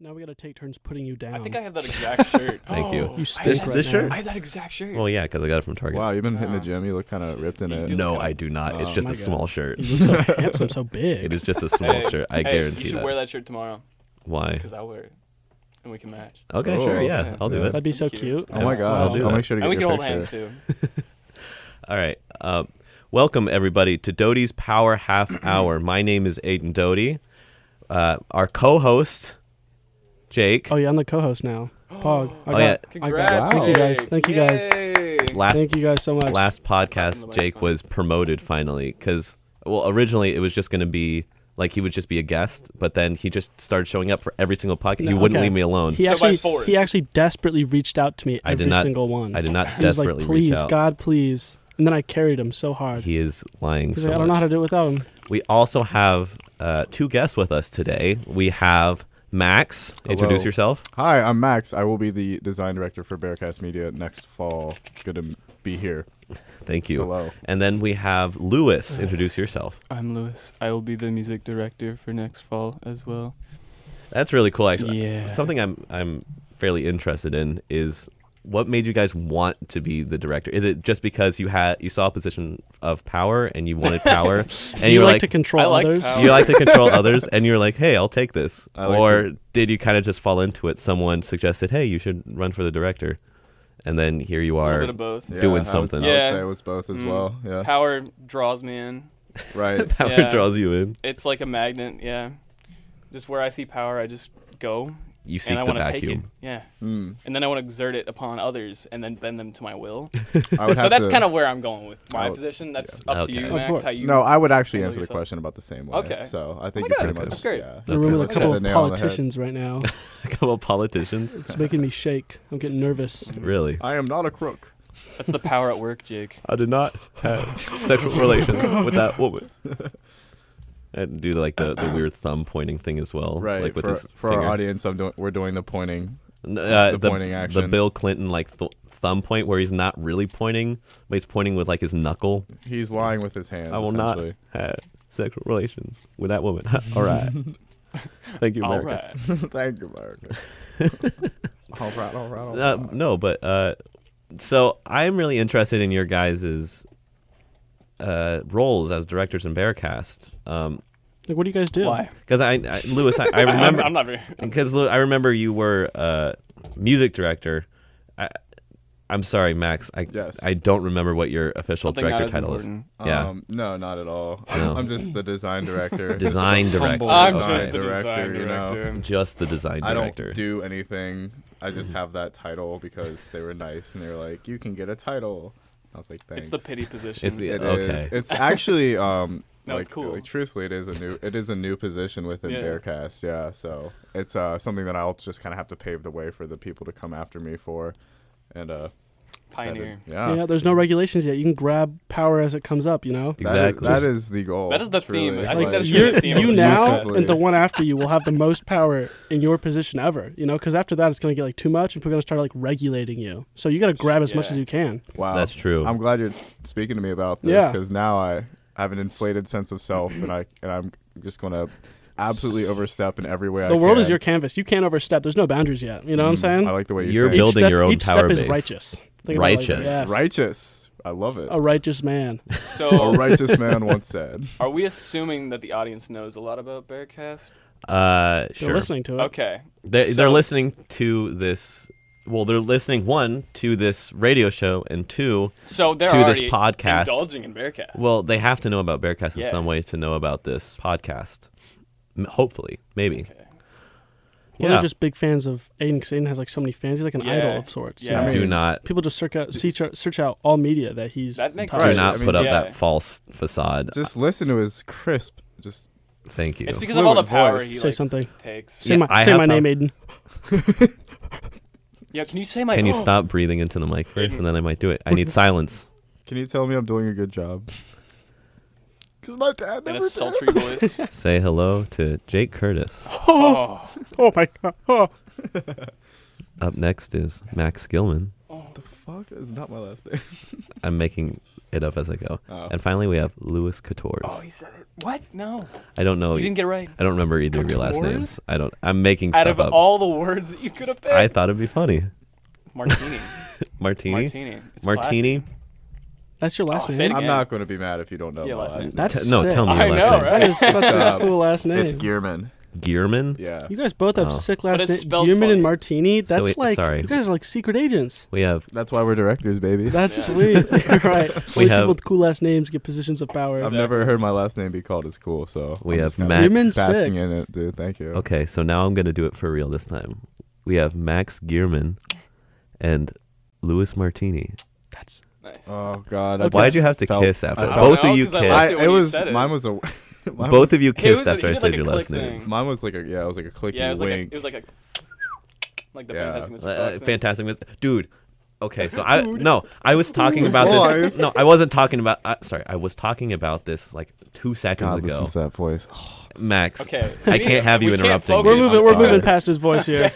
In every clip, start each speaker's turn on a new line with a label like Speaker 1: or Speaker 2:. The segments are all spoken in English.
Speaker 1: Now we got to take turns putting you down.
Speaker 2: I think I have that exact shirt. Oh,
Speaker 3: Thank you.
Speaker 1: You
Speaker 2: I
Speaker 1: stink
Speaker 3: This
Speaker 2: have
Speaker 1: right
Speaker 3: this
Speaker 1: now.
Speaker 3: shirt?
Speaker 2: I have that exact shirt.
Speaker 3: Well, yeah, because I got it from Target.
Speaker 4: Wow, you've been hitting the
Speaker 2: Wow.
Speaker 4: gym. You look kind of ripped in
Speaker 2: You
Speaker 4: it.
Speaker 2: do.
Speaker 3: No,
Speaker 2: Look at
Speaker 3: I
Speaker 2: it.
Speaker 3: do not. It's
Speaker 4: Oh
Speaker 3: just
Speaker 1: my
Speaker 3: a small
Speaker 1: God.
Speaker 3: shirt.
Speaker 1: You look so handsome, so big.
Speaker 3: It is just a small shirt. I
Speaker 2: hey,
Speaker 3: guarantee
Speaker 2: You should
Speaker 3: that.
Speaker 2: wear that shirt tomorrow
Speaker 3: Why?
Speaker 2: because I'll wear it, and we can match.
Speaker 3: Okay, sure.
Speaker 4: Oh,
Speaker 3: Yeah,
Speaker 2: okay.
Speaker 3: I'll do
Speaker 4: Yeah.
Speaker 3: it.
Speaker 1: That'd be so
Speaker 2: Cute.
Speaker 1: cute.
Speaker 4: Oh my
Speaker 2: I'll
Speaker 4: gosh.
Speaker 3: do
Speaker 4: I'll
Speaker 3: that.
Speaker 4: make sure to
Speaker 2: and we
Speaker 4: get
Speaker 2: can
Speaker 4: your
Speaker 2: hold
Speaker 4: picture.
Speaker 2: hands too.
Speaker 3: All right. Uh, welcome everybody to Doty's Power Half Hour. My name is Aiden Doty. Uh, our co-host, Jake.
Speaker 1: Oh yeah, I'm the co-host now. Pog. I
Speaker 3: Oh,
Speaker 1: got,
Speaker 3: yeah.
Speaker 1: I got,
Speaker 2: Congrats!
Speaker 1: Thank you guys.
Speaker 2: Jake.
Speaker 1: Thank you guys.
Speaker 2: Yay.
Speaker 3: Last
Speaker 1: Thank you guys so much.
Speaker 3: last
Speaker 2: the
Speaker 3: podcast,
Speaker 2: microphone.
Speaker 3: Jake was promoted finally because well, originally it was just going to be like he would just be a guest, but then he just started showing up for every single podcast.
Speaker 1: No,
Speaker 3: he wouldn't
Speaker 1: okay.
Speaker 3: leave me alone.
Speaker 1: he
Speaker 2: So by
Speaker 1: actually
Speaker 2: force.
Speaker 1: he actually desperately reached out to me
Speaker 3: I
Speaker 1: every
Speaker 3: did not-
Speaker 1: single one.
Speaker 3: I did not
Speaker 1: he was
Speaker 3: desperately
Speaker 1: like, please,
Speaker 3: reach out.
Speaker 1: God, please. And then I carried him so hard.
Speaker 3: He is lying
Speaker 1: He's
Speaker 3: so
Speaker 1: like, I don't know
Speaker 3: much.
Speaker 1: how to do it without him.
Speaker 3: We also have uh, two guests with us today. We have Max. Introduce
Speaker 4: Hello.
Speaker 3: yourself.
Speaker 4: Hi, I'm Max. I will be the design director for Bearcast Media next fall. Good to be here.
Speaker 3: Thank you.
Speaker 4: Hello.
Speaker 3: And then we have Lewis. Introduce
Speaker 2: Nice.
Speaker 3: yourself.
Speaker 2: I'm Lewis. I will be the music director for next fall as well.
Speaker 3: That's really cool. Actually,
Speaker 2: Yeah.
Speaker 3: something I'm I'm fairly interested in is what made you guys want to be the director? Is it just because you had you saw a position of power and you wanted power,
Speaker 1: do
Speaker 3: and
Speaker 1: you
Speaker 3: you were
Speaker 1: like,
Speaker 3: like,
Speaker 1: to control
Speaker 2: I like
Speaker 1: others?
Speaker 2: power.
Speaker 3: you like to control others, and you were like, hey, I'll take this,
Speaker 4: I like
Speaker 3: or did you kind of just fall into it? Someone suggested, hey, you should run for the director, and then here you
Speaker 2: A little
Speaker 3: are.
Speaker 2: bit of both.
Speaker 4: Yeah,
Speaker 3: Doing
Speaker 4: I would-
Speaker 3: something.
Speaker 4: I would
Speaker 2: Yeah.
Speaker 4: say it was both as
Speaker 2: Mm.
Speaker 4: well. Yeah.
Speaker 2: Power draws me in.
Speaker 4: Right.
Speaker 3: Power
Speaker 2: Yeah.
Speaker 3: draws you in.
Speaker 2: It's like a magnet. Yeah. Just where I see power, I just go
Speaker 3: You seek
Speaker 2: and I
Speaker 3: the
Speaker 2: want to take it.
Speaker 3: vacuum.
Speaker 2: Yeah.
Speaker 4: Mm.
Speaker 2: And then I want to exert it upon others and then bend them to my will.
Speaker 4: I would
Speaker 2: so
Speaker 4: have
Speaker 2: that's
Speaker 4: to-
Speaker 2: kind of where I'm going with my
Speaker 4: I would-
Speaker 2: position. That's
Speaker 3: yeah.
Speaker 2: up to
Speaker 3: Okay.
Speaker 2: you,
Speaker 3: Of
Speaker 2: Max.
Speaker 1: course.
Speaker 2: How you?
Speaker 4: No, I would actually
Speaker 2: Handle
Speaker 4: answer the
Speaker 2: yourself.
Speaker 4: question about the same way.
Speaker 2: Okay. Oh
Speaker 4: So I think
Speaker 2: my
Speaker 4: you
Speaker 2: God,
Speaker 3: that's
Speaker 4: pretty much.
Speaker 2: great.
Speaker 4: Yeah.
Speaker 1: In a room with
Speaker 3: Okay.
Speaker 1: a couple
Speaker 4: Hit
Speaker 1: of
Speaker 4: the nail on the head.
Speaker 1: politicians right now.
Speaker 3: a couple of politicians.
Speaker 1: It's making me shake. I'm getting nervous.
Speaker 3: Really,
Speaker 4: I am not a crook.
Speaker 2: That's the power at work, Jake.
Speaker 3: I did not have sexual relations with that woman. And do like the, the weird thumb pointing thing as well,
Speaker 4: Right.
Speaker 3: Oh, Like with
Speaker 4: for
Speaker 3: his
Speaker 4: for
Speaker 3: finger.
Speaker 4: our audience, I'm doing, we're doing the pointing.
Speaker 3: N- uh,
Speaker 4: the pointing
Speaker 3: The
Speaker 4: action.
Speaker 3: Bill Clinton like th- thumb point where he's not really pointing, but he's pointing with like his knuckle.
Speaker 4: He's lying with his hands.
Speaker 3: I will not
Speaker 4: essentially.
Speaker 3: have sexual relations with that woman. All right. Thank you,
Speaker 2: All
Speaker 3: America.
Speaker 2: right.
Speaker 4: Thank you, America. all right, all right, all right.
Speaker 3: Uh, no, but uh, so I'm really interested in your guys's uh, roles as directors in Bearcast. Um,
Speaker 1: Like, what do you guys do?
Speaker 2: Why?
Speaker 3: because I, I Lewis, I, I remember
Speaker 2: I'm, I'm not very.
Speaker 3: because I remember you were uh, music director. I, I'm sorry, Max. I
Speaker 4: Yes.
Speaker 3: I don't remember what your official
Speaker 2: Something not
Speaker 3: director
Speaker 2: as
Speaker 3: title
Speaker 2: important.
Speaker 3: is. Yeah,
Speaker 4: Um, no, not at all.
Speaker 3: No.
Speaker 4: I'm just the design director. Just
Speaker 3: Design
Speaker 4: the
Speaker 3: director.
Speaker 4: humble
Speaker 2: I'm
Speaker 3: design
Speaker 2: just the design
Speaker 4: you know.
Speaker 2: director.
Speaker 3: just the design
Speaker 4: I
Speaker 3: director. Mm-hmm.
Speaker 4: don't do anything. I just have that title because they were nice and they were like, "You can get a title." I was like, "Thanks."
Speaker 2: It's the pity position.
Speaker 3: It's the-
Speaker 4: It
Speaker 3: Okay.
Speaker 4: is. It's actually um
Speaker 2: No,
Speaker 4: like,
Speaker 2: it's cool.
Speaker 4: like, truthfully it is a new it is a new position within
Speaker 2: Yeah.
Speaker 4: Bearcast. Yeah, so it's uh something that I'll just kind of have to pave the way for the people to come after me for and uh excited.
Speaker 2: pioneer.
Speaker 4: Yeah.
Speaker 1: Yeah, there's no regulations yet. You can grab power as it comes up, you know?
Speaker 4: That is-
Speaker 3: exactly.
Speaker 4: That is, the goal.
Speaker 2: That is the
Speaker 4: truly.
Speaker 2: theme. I think
Speaker 1: Like
Speaker 2: that's
Speaker 1: you're-
Speaker 2: really the theme of
Speaker 1: you
Speaker 2: this
Speaker 1: now
Speaker 2: podcast.
Speaker 1: and the one after you will have the most power in your position ever, you know, because after that it's gonna get like too much and people are gonna start like regulating you. So you gotta grab as much
Speaker 2: Yeah.
Speaker 1: as you can.
Speaker 4: wow.
Speaker 3: That's true.
Speaker 4: um, I'm glad you're speaking to me about this
Speaker 1: Yeah.
Speaker 4: because now I have an inflated sense of self, and I and I'm just going to absolutely overstep in every way I
Speaker 1: the world is
Speaker 4: can.
Speaker 1: your canvas. You can't overstep. There's no boundaries yet. You know
Speaker 2: Mm,
Speaker 1: what I'm saying?
Speaker 4: I like the way you
Speaker 3: You're
Speaker 4: think.
Speaker 1: Each
Speaker 3: building
Speaker 1: step-
Speaker 3: your own
Speaker 1: each
Speaker 3: power
Speaker 1: step is
Speaker 3: base.
Speaker 1: righteous. Think about it like that.
Speaker 3: Righteous.
Speaker 1: Yes.
Speaker 4: righteous. I love it.
Speaker 1: A righteous man.
Speaker 4: A
Speaker 2: So,
Speaker 4: righteous man once said.
Speaker 2: are we assuming that the audience knows a lot about Bearcast?
Speaker 3: uh,
Speaker 1: They're
Speaker 3: sure.
Speaker 1: listening to it.
Speaker 2: Okay.
Speaker 3: They're, they're
Speaker 2: So-
Speaker 3: listening to this. Well, they're listening one to this radio show, and two,
Speaker 2: So they're
Speaker 3: To this
Speaker 2: already
Speaker 3: podcast.
Speaker 2: indulging in Bearcast.
Speaker 3: well, they have to know about Bearcast in
Speaker 2: Yeah.
Speaker 3: some way to know about this podcast. M- hopefully, maybe.
Speaker 2: Okay.
Speaker 1: Well,
Speaker 3: Yeah.
Speaker 1: they're just big fans of Aiden because Aiden has like so many fans. He's like an
Speaker 2: Yeah.
Speaker 1: idol of sorts. you
Speaker 2: Yeah.
Speaker 1: know?
Speaker 4: I
Speaker 3: Do
Speaker 4: mean-
Speaker 3: not
Speaker 1: People just search out, search out, search out all media that he's.
Speaker 2: That makes
Speaker 3: do
Speaker 4: Right,
Speaker 3: not
Speaker 4: I mean,
Speaker 3: put up
Speaker 2: yeah.
Speaker 3: that false facade.
Speaker 4: Just listen to his crisp. Just
Speaker 3: Thank you.
Speaker 2: It's because of all the
Speaker 4: Fluent
Speaker 2: power
Speaker 4: voice.
Speaker 2: he
Speaker 1: Say
Speaker 2: like,
Speaker 1: something.
Speaker 2: takes.
Speaker 3: Yeah,
Speaker 1: Say my,
Speaker 3: I
Speaker 1: say
Speaker 3: have
Speaker 1: my
Speaker 3: power.
Speaker 1: name, Aiden.
Speaker 2: Yeah, can you say my Oh,
Speaker 3: Can you stop breathing into the mic first, and then I might do it. I need silence.
Speaker 4: can you tell me I'm doing a good job? Because my dad
Speaker 2: in
Speaker 4: never
Speaker 2: a
Speaker 4: did.
Speaker 2: sultry voice?
Speaker 3: Say hello to Jake Curtis.
Speaker 2: oh.
Speaker 1: Oh my god.
Speaker 3: Up next is Max Gilman.
Speaker 4: The fuck is not my last name.
Speaker 3: I'm making it up as I go.
Speaker 4: Oh.
Speaker 3: And finally, we have Louis Coutures.
Speaker 2: Oh, he said it. What? No,
Speaker 3: I don't know.
Speaker 2: you didn't get it right.
Speaker 3: I don't remember either of your last
Speaker 2: Coutures?
Speaker 3: names. I don't. I'm making
Speaker 2: Out
Speaker 3: stuff
Speaker 2: of
Speaker 3: up.
Speaker 2: all the words that you could have picked,
Speaker 3: I thought it'd be funny.
Speaker 2: martini.
Speaker 3: Martini.
Speaker 2: martini. It's
Speaker 3: Martini?
Speaker 1: That's your last
Speaker 2: Oh, say it
Speaker 1: name.
Speaker 4: I'm
Speaker 2: Yeah.
Speaker 4: not going to be mad if you don't know
Speaker 2: Yeah,
Speaker 4: my
Speaker 2: last
Speaker 4: last
Speaker 2: name.
Speaker 4: name.
Speaker 1: That's
Speaker 3: T- no,
Speaker 1: sick.
Speaker 3: tell me uh,
Speaker 2: I
Speaker 3: your last
Speaker 2: know,
Speaker 3: name.
Speaker 2: right?
Speaker 1: That is such a
Speaker 4: It's,
Speaker 1: cool last name.
Speaker 4: It's Gearman.
Speaker 3: Gearman.
Speaker 4: Yeah.
Speaker 1: You guys both have
Speaker 3: Oh.
Speaker 1: sick
Speaker 2: But
Speaker 1: last
Speaker 2: it's
Speaker 1: names.
Speaker 2: spelled
Speaker 1: Gearman
Speaker 2: funny.
Speaker 1: and Martini. That's
Speaker 3: wait,
Speaker 1: like
Speaker 3: sorry.
Speaker 1: you guys are like secret agents.
Speaker 3: We have
Speaker 4: That's why we're directors, baby.
Speaker 1: That's
Speaker 2: Yeah.
Speaker 1: sweet, right?
Speaker 3: We
Speaker 1: Only
Speaker 3: have- Um,
Speaker 1: people with cool last names get positions of power.
Speaker 4: I've
Speaker 2: Exactly.
Speaker 4: never heard my last name be called as cool, so
Speaker 3: We
Speaker 4: I'm
Speaker 3: have
Speaker 4: just kinda
Speaker 3: Max-
Speaker 1: Gearman's
Speaker 4: basking
Speaker 1: sick.
Speaker 4: in it, dude. Thank you.
Speaker 3: Okay, so now I'm gonna do it for real this time. We have Max Gearman and Louis Martini.
Speaker 1: That's
Speaker 2: Nice.
Speaker 4: Oh God! I
Speaker 1: Okay.
Speaker 4: just
Speaker 3: Why'd you have to
Speaker 4: felt-
Speaker 3: kiss after
Speaker 4: I
Speaker 3: that?
Speaker 2: I don't
Speaker 4: felt-
Speaker 3: Both
Speaker 2: know,
Speaker 3: of you
Speaker 2: 'cause I liked
Speaker 3: kissed.
Speaker 4: I,
Speaker 2: it
Speaker 4: it
Speaker 2: when you
Speaker 4: was
Speaker 2: said it.
Speaker 4: mine was a mine
Speaker 3: Both of you
Speaker 2: Hey, it was
Speaker 3: kissed
Speaker 2: a-
Speaker 3: after I
Speaker 2: he did
Speaker 3: said
Speaker 2: like a
Speaker 3: your last
Speaker 2: click
Speaker 3: name.
Speaker 2: thing.
Speaker 4: was- mine was like a yeah, it was like a clicky
Speaker 2: yeah, it was like a,
Speaker 4: wink.
Speaker 2: it was like a like the
Speaker 4: Yeah.
Speaker 2: fantastic Mr.
Speaker 3: Uh,
Speaker 2: Fox.
Speaker 3: fantastic, Mis- dude. Okay, so I no, I was talking about
Speaker 4: Boys.
Speaker 3: this. No, I wasn't talking about. Uh, sorry, I was talking about this like two seconds
Speaker 4: God,
Speaker 3: ago.
Speaker 4: listen to that voice.
Speaker 3: Max,
Speaker 2: Okay,
Speaker 3: I
Speaker 2: we-
Speaker 3: can't have you
Speaker 2: we can't
Speaker 3: interrupting.
Speaker 2: focus
Speaker 1: we're
Speaker 2: I'm
Speaker 3: me.
Speaker 1: moving. We're
Speaker 4: sorry.
Speaker 1: moving past his voice here.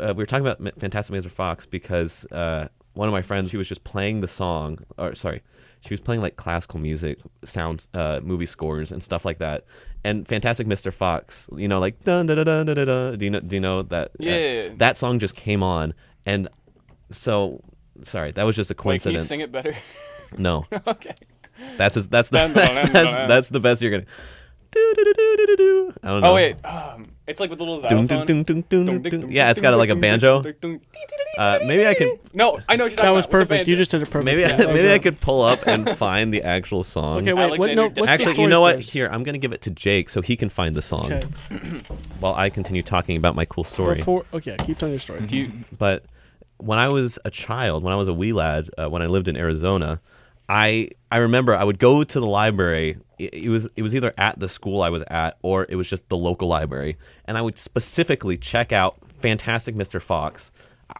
Speaker 3: uh, we were talking about Ma- Fantastic Mr. Fox because uh, one of my friends, she was just playing the song, or sorry, she was playing like classical music, sounds, uh, movie scores, and stuff like that. And Fantastic Mr. Fox, you know, like dun dun dun dun dun dun. dun. Do you know? Do you know that?
Speaker 2: Yeah,
Speaker 3: uh,
Speaker 2: yeah, yeah.
Speaker 3: That song just came on, and so sorry, that was just a
Speaker 2: Wait, can you
Speaker 3: coincidence.
Speaker 2: sing it better?
Speaker 3: No,
Speaker 2: okay.
Speaker 3: that's as, that's the
Speaker 2: Dun, dun,
Speaker 3: that's,
Speaker 2: dun,
Speaker 3: that's,
Speaker 2: dun.
Speaker 3: that's the best you're gonna. Do, do, do, do, do, do, do. I don't know.
Speaker 2: Oh wait, um, it's like with the little
Speaker 3: Dun, dun,
Speaker 2: xylophone.
Speaker 3: dun, dun, dun,
Speaker 2: Dun,
Speaker 3: dun.
Speaker 2: dun, dun,
Speaker 3: Yeah, it's got
Speaker 2: dun,
Speaker 3: like a
Speaker 2: dun,
Speaker 3: banjo.
Speaker 2: dun, dun, dun, dun, dun, dun.
Speaker 3: Uh, maybe I can
Speaker 2: No, I know what you're talking
Speaker 1: That
Speaker 2: about.
Speaker 1: was
Speaker 2: with the
Speaker 1: perfect. You
Speaker 2: banjo.
Speaker 1: just did it perfect.
Speaker 3: Maybe
Speaker 1: Yeah, that was
Speaker 3: maybe I
Speaker 1: it.
Speaker 3: could pull up and find the actual song.
Speaker 1: Okay, wait. What?
Speaker 2: Alexander
Speaker 1: No.
Speaker 2: did-
Speaker 1: What's the
Speaker 3: Actually, you
Speaker 1: story
Speaker 3: know what?
Speaker 1: first?
Speaker 3: Here, I'm gonna give it to Jake so he can find the song
Speaker 1: Okay.
Speaker 3: while I continue talking about my cool story.
Speaker 1: Before. Okay. Keep telling your story.
Speaker 2: Do you,
Speaker 3: but when I was a child, when I was a wee lad, uh, when I lived in Arizona, I I remember I would go to the library. It, it was it was either at the school I was at or it was just the local library, and I would specifically check out Fantastic Mr. Fox.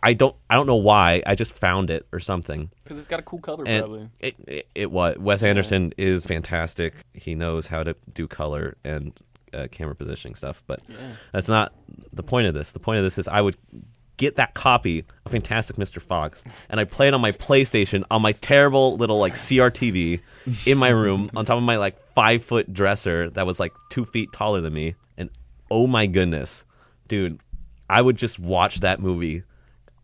Speaker 3: I don't I don't know why. I just found it or something.
Speaker 2: because it's got a cool cover,
Speaker 3: and
Speaker 2: probably.
Speaker 3: It, it it was Wes Anderson is fantastic. He knows how to do color and uh, camera positioning stuff, but that's not the point of this. The point of this is I would get that copy of Fantastic Mr. Fox and I play it on my PlayStation on my terrible little like CRTV in my room on top of my like five foot dresser that was like two feet taller than me. And oh my goodness, dude, I would just watch that movie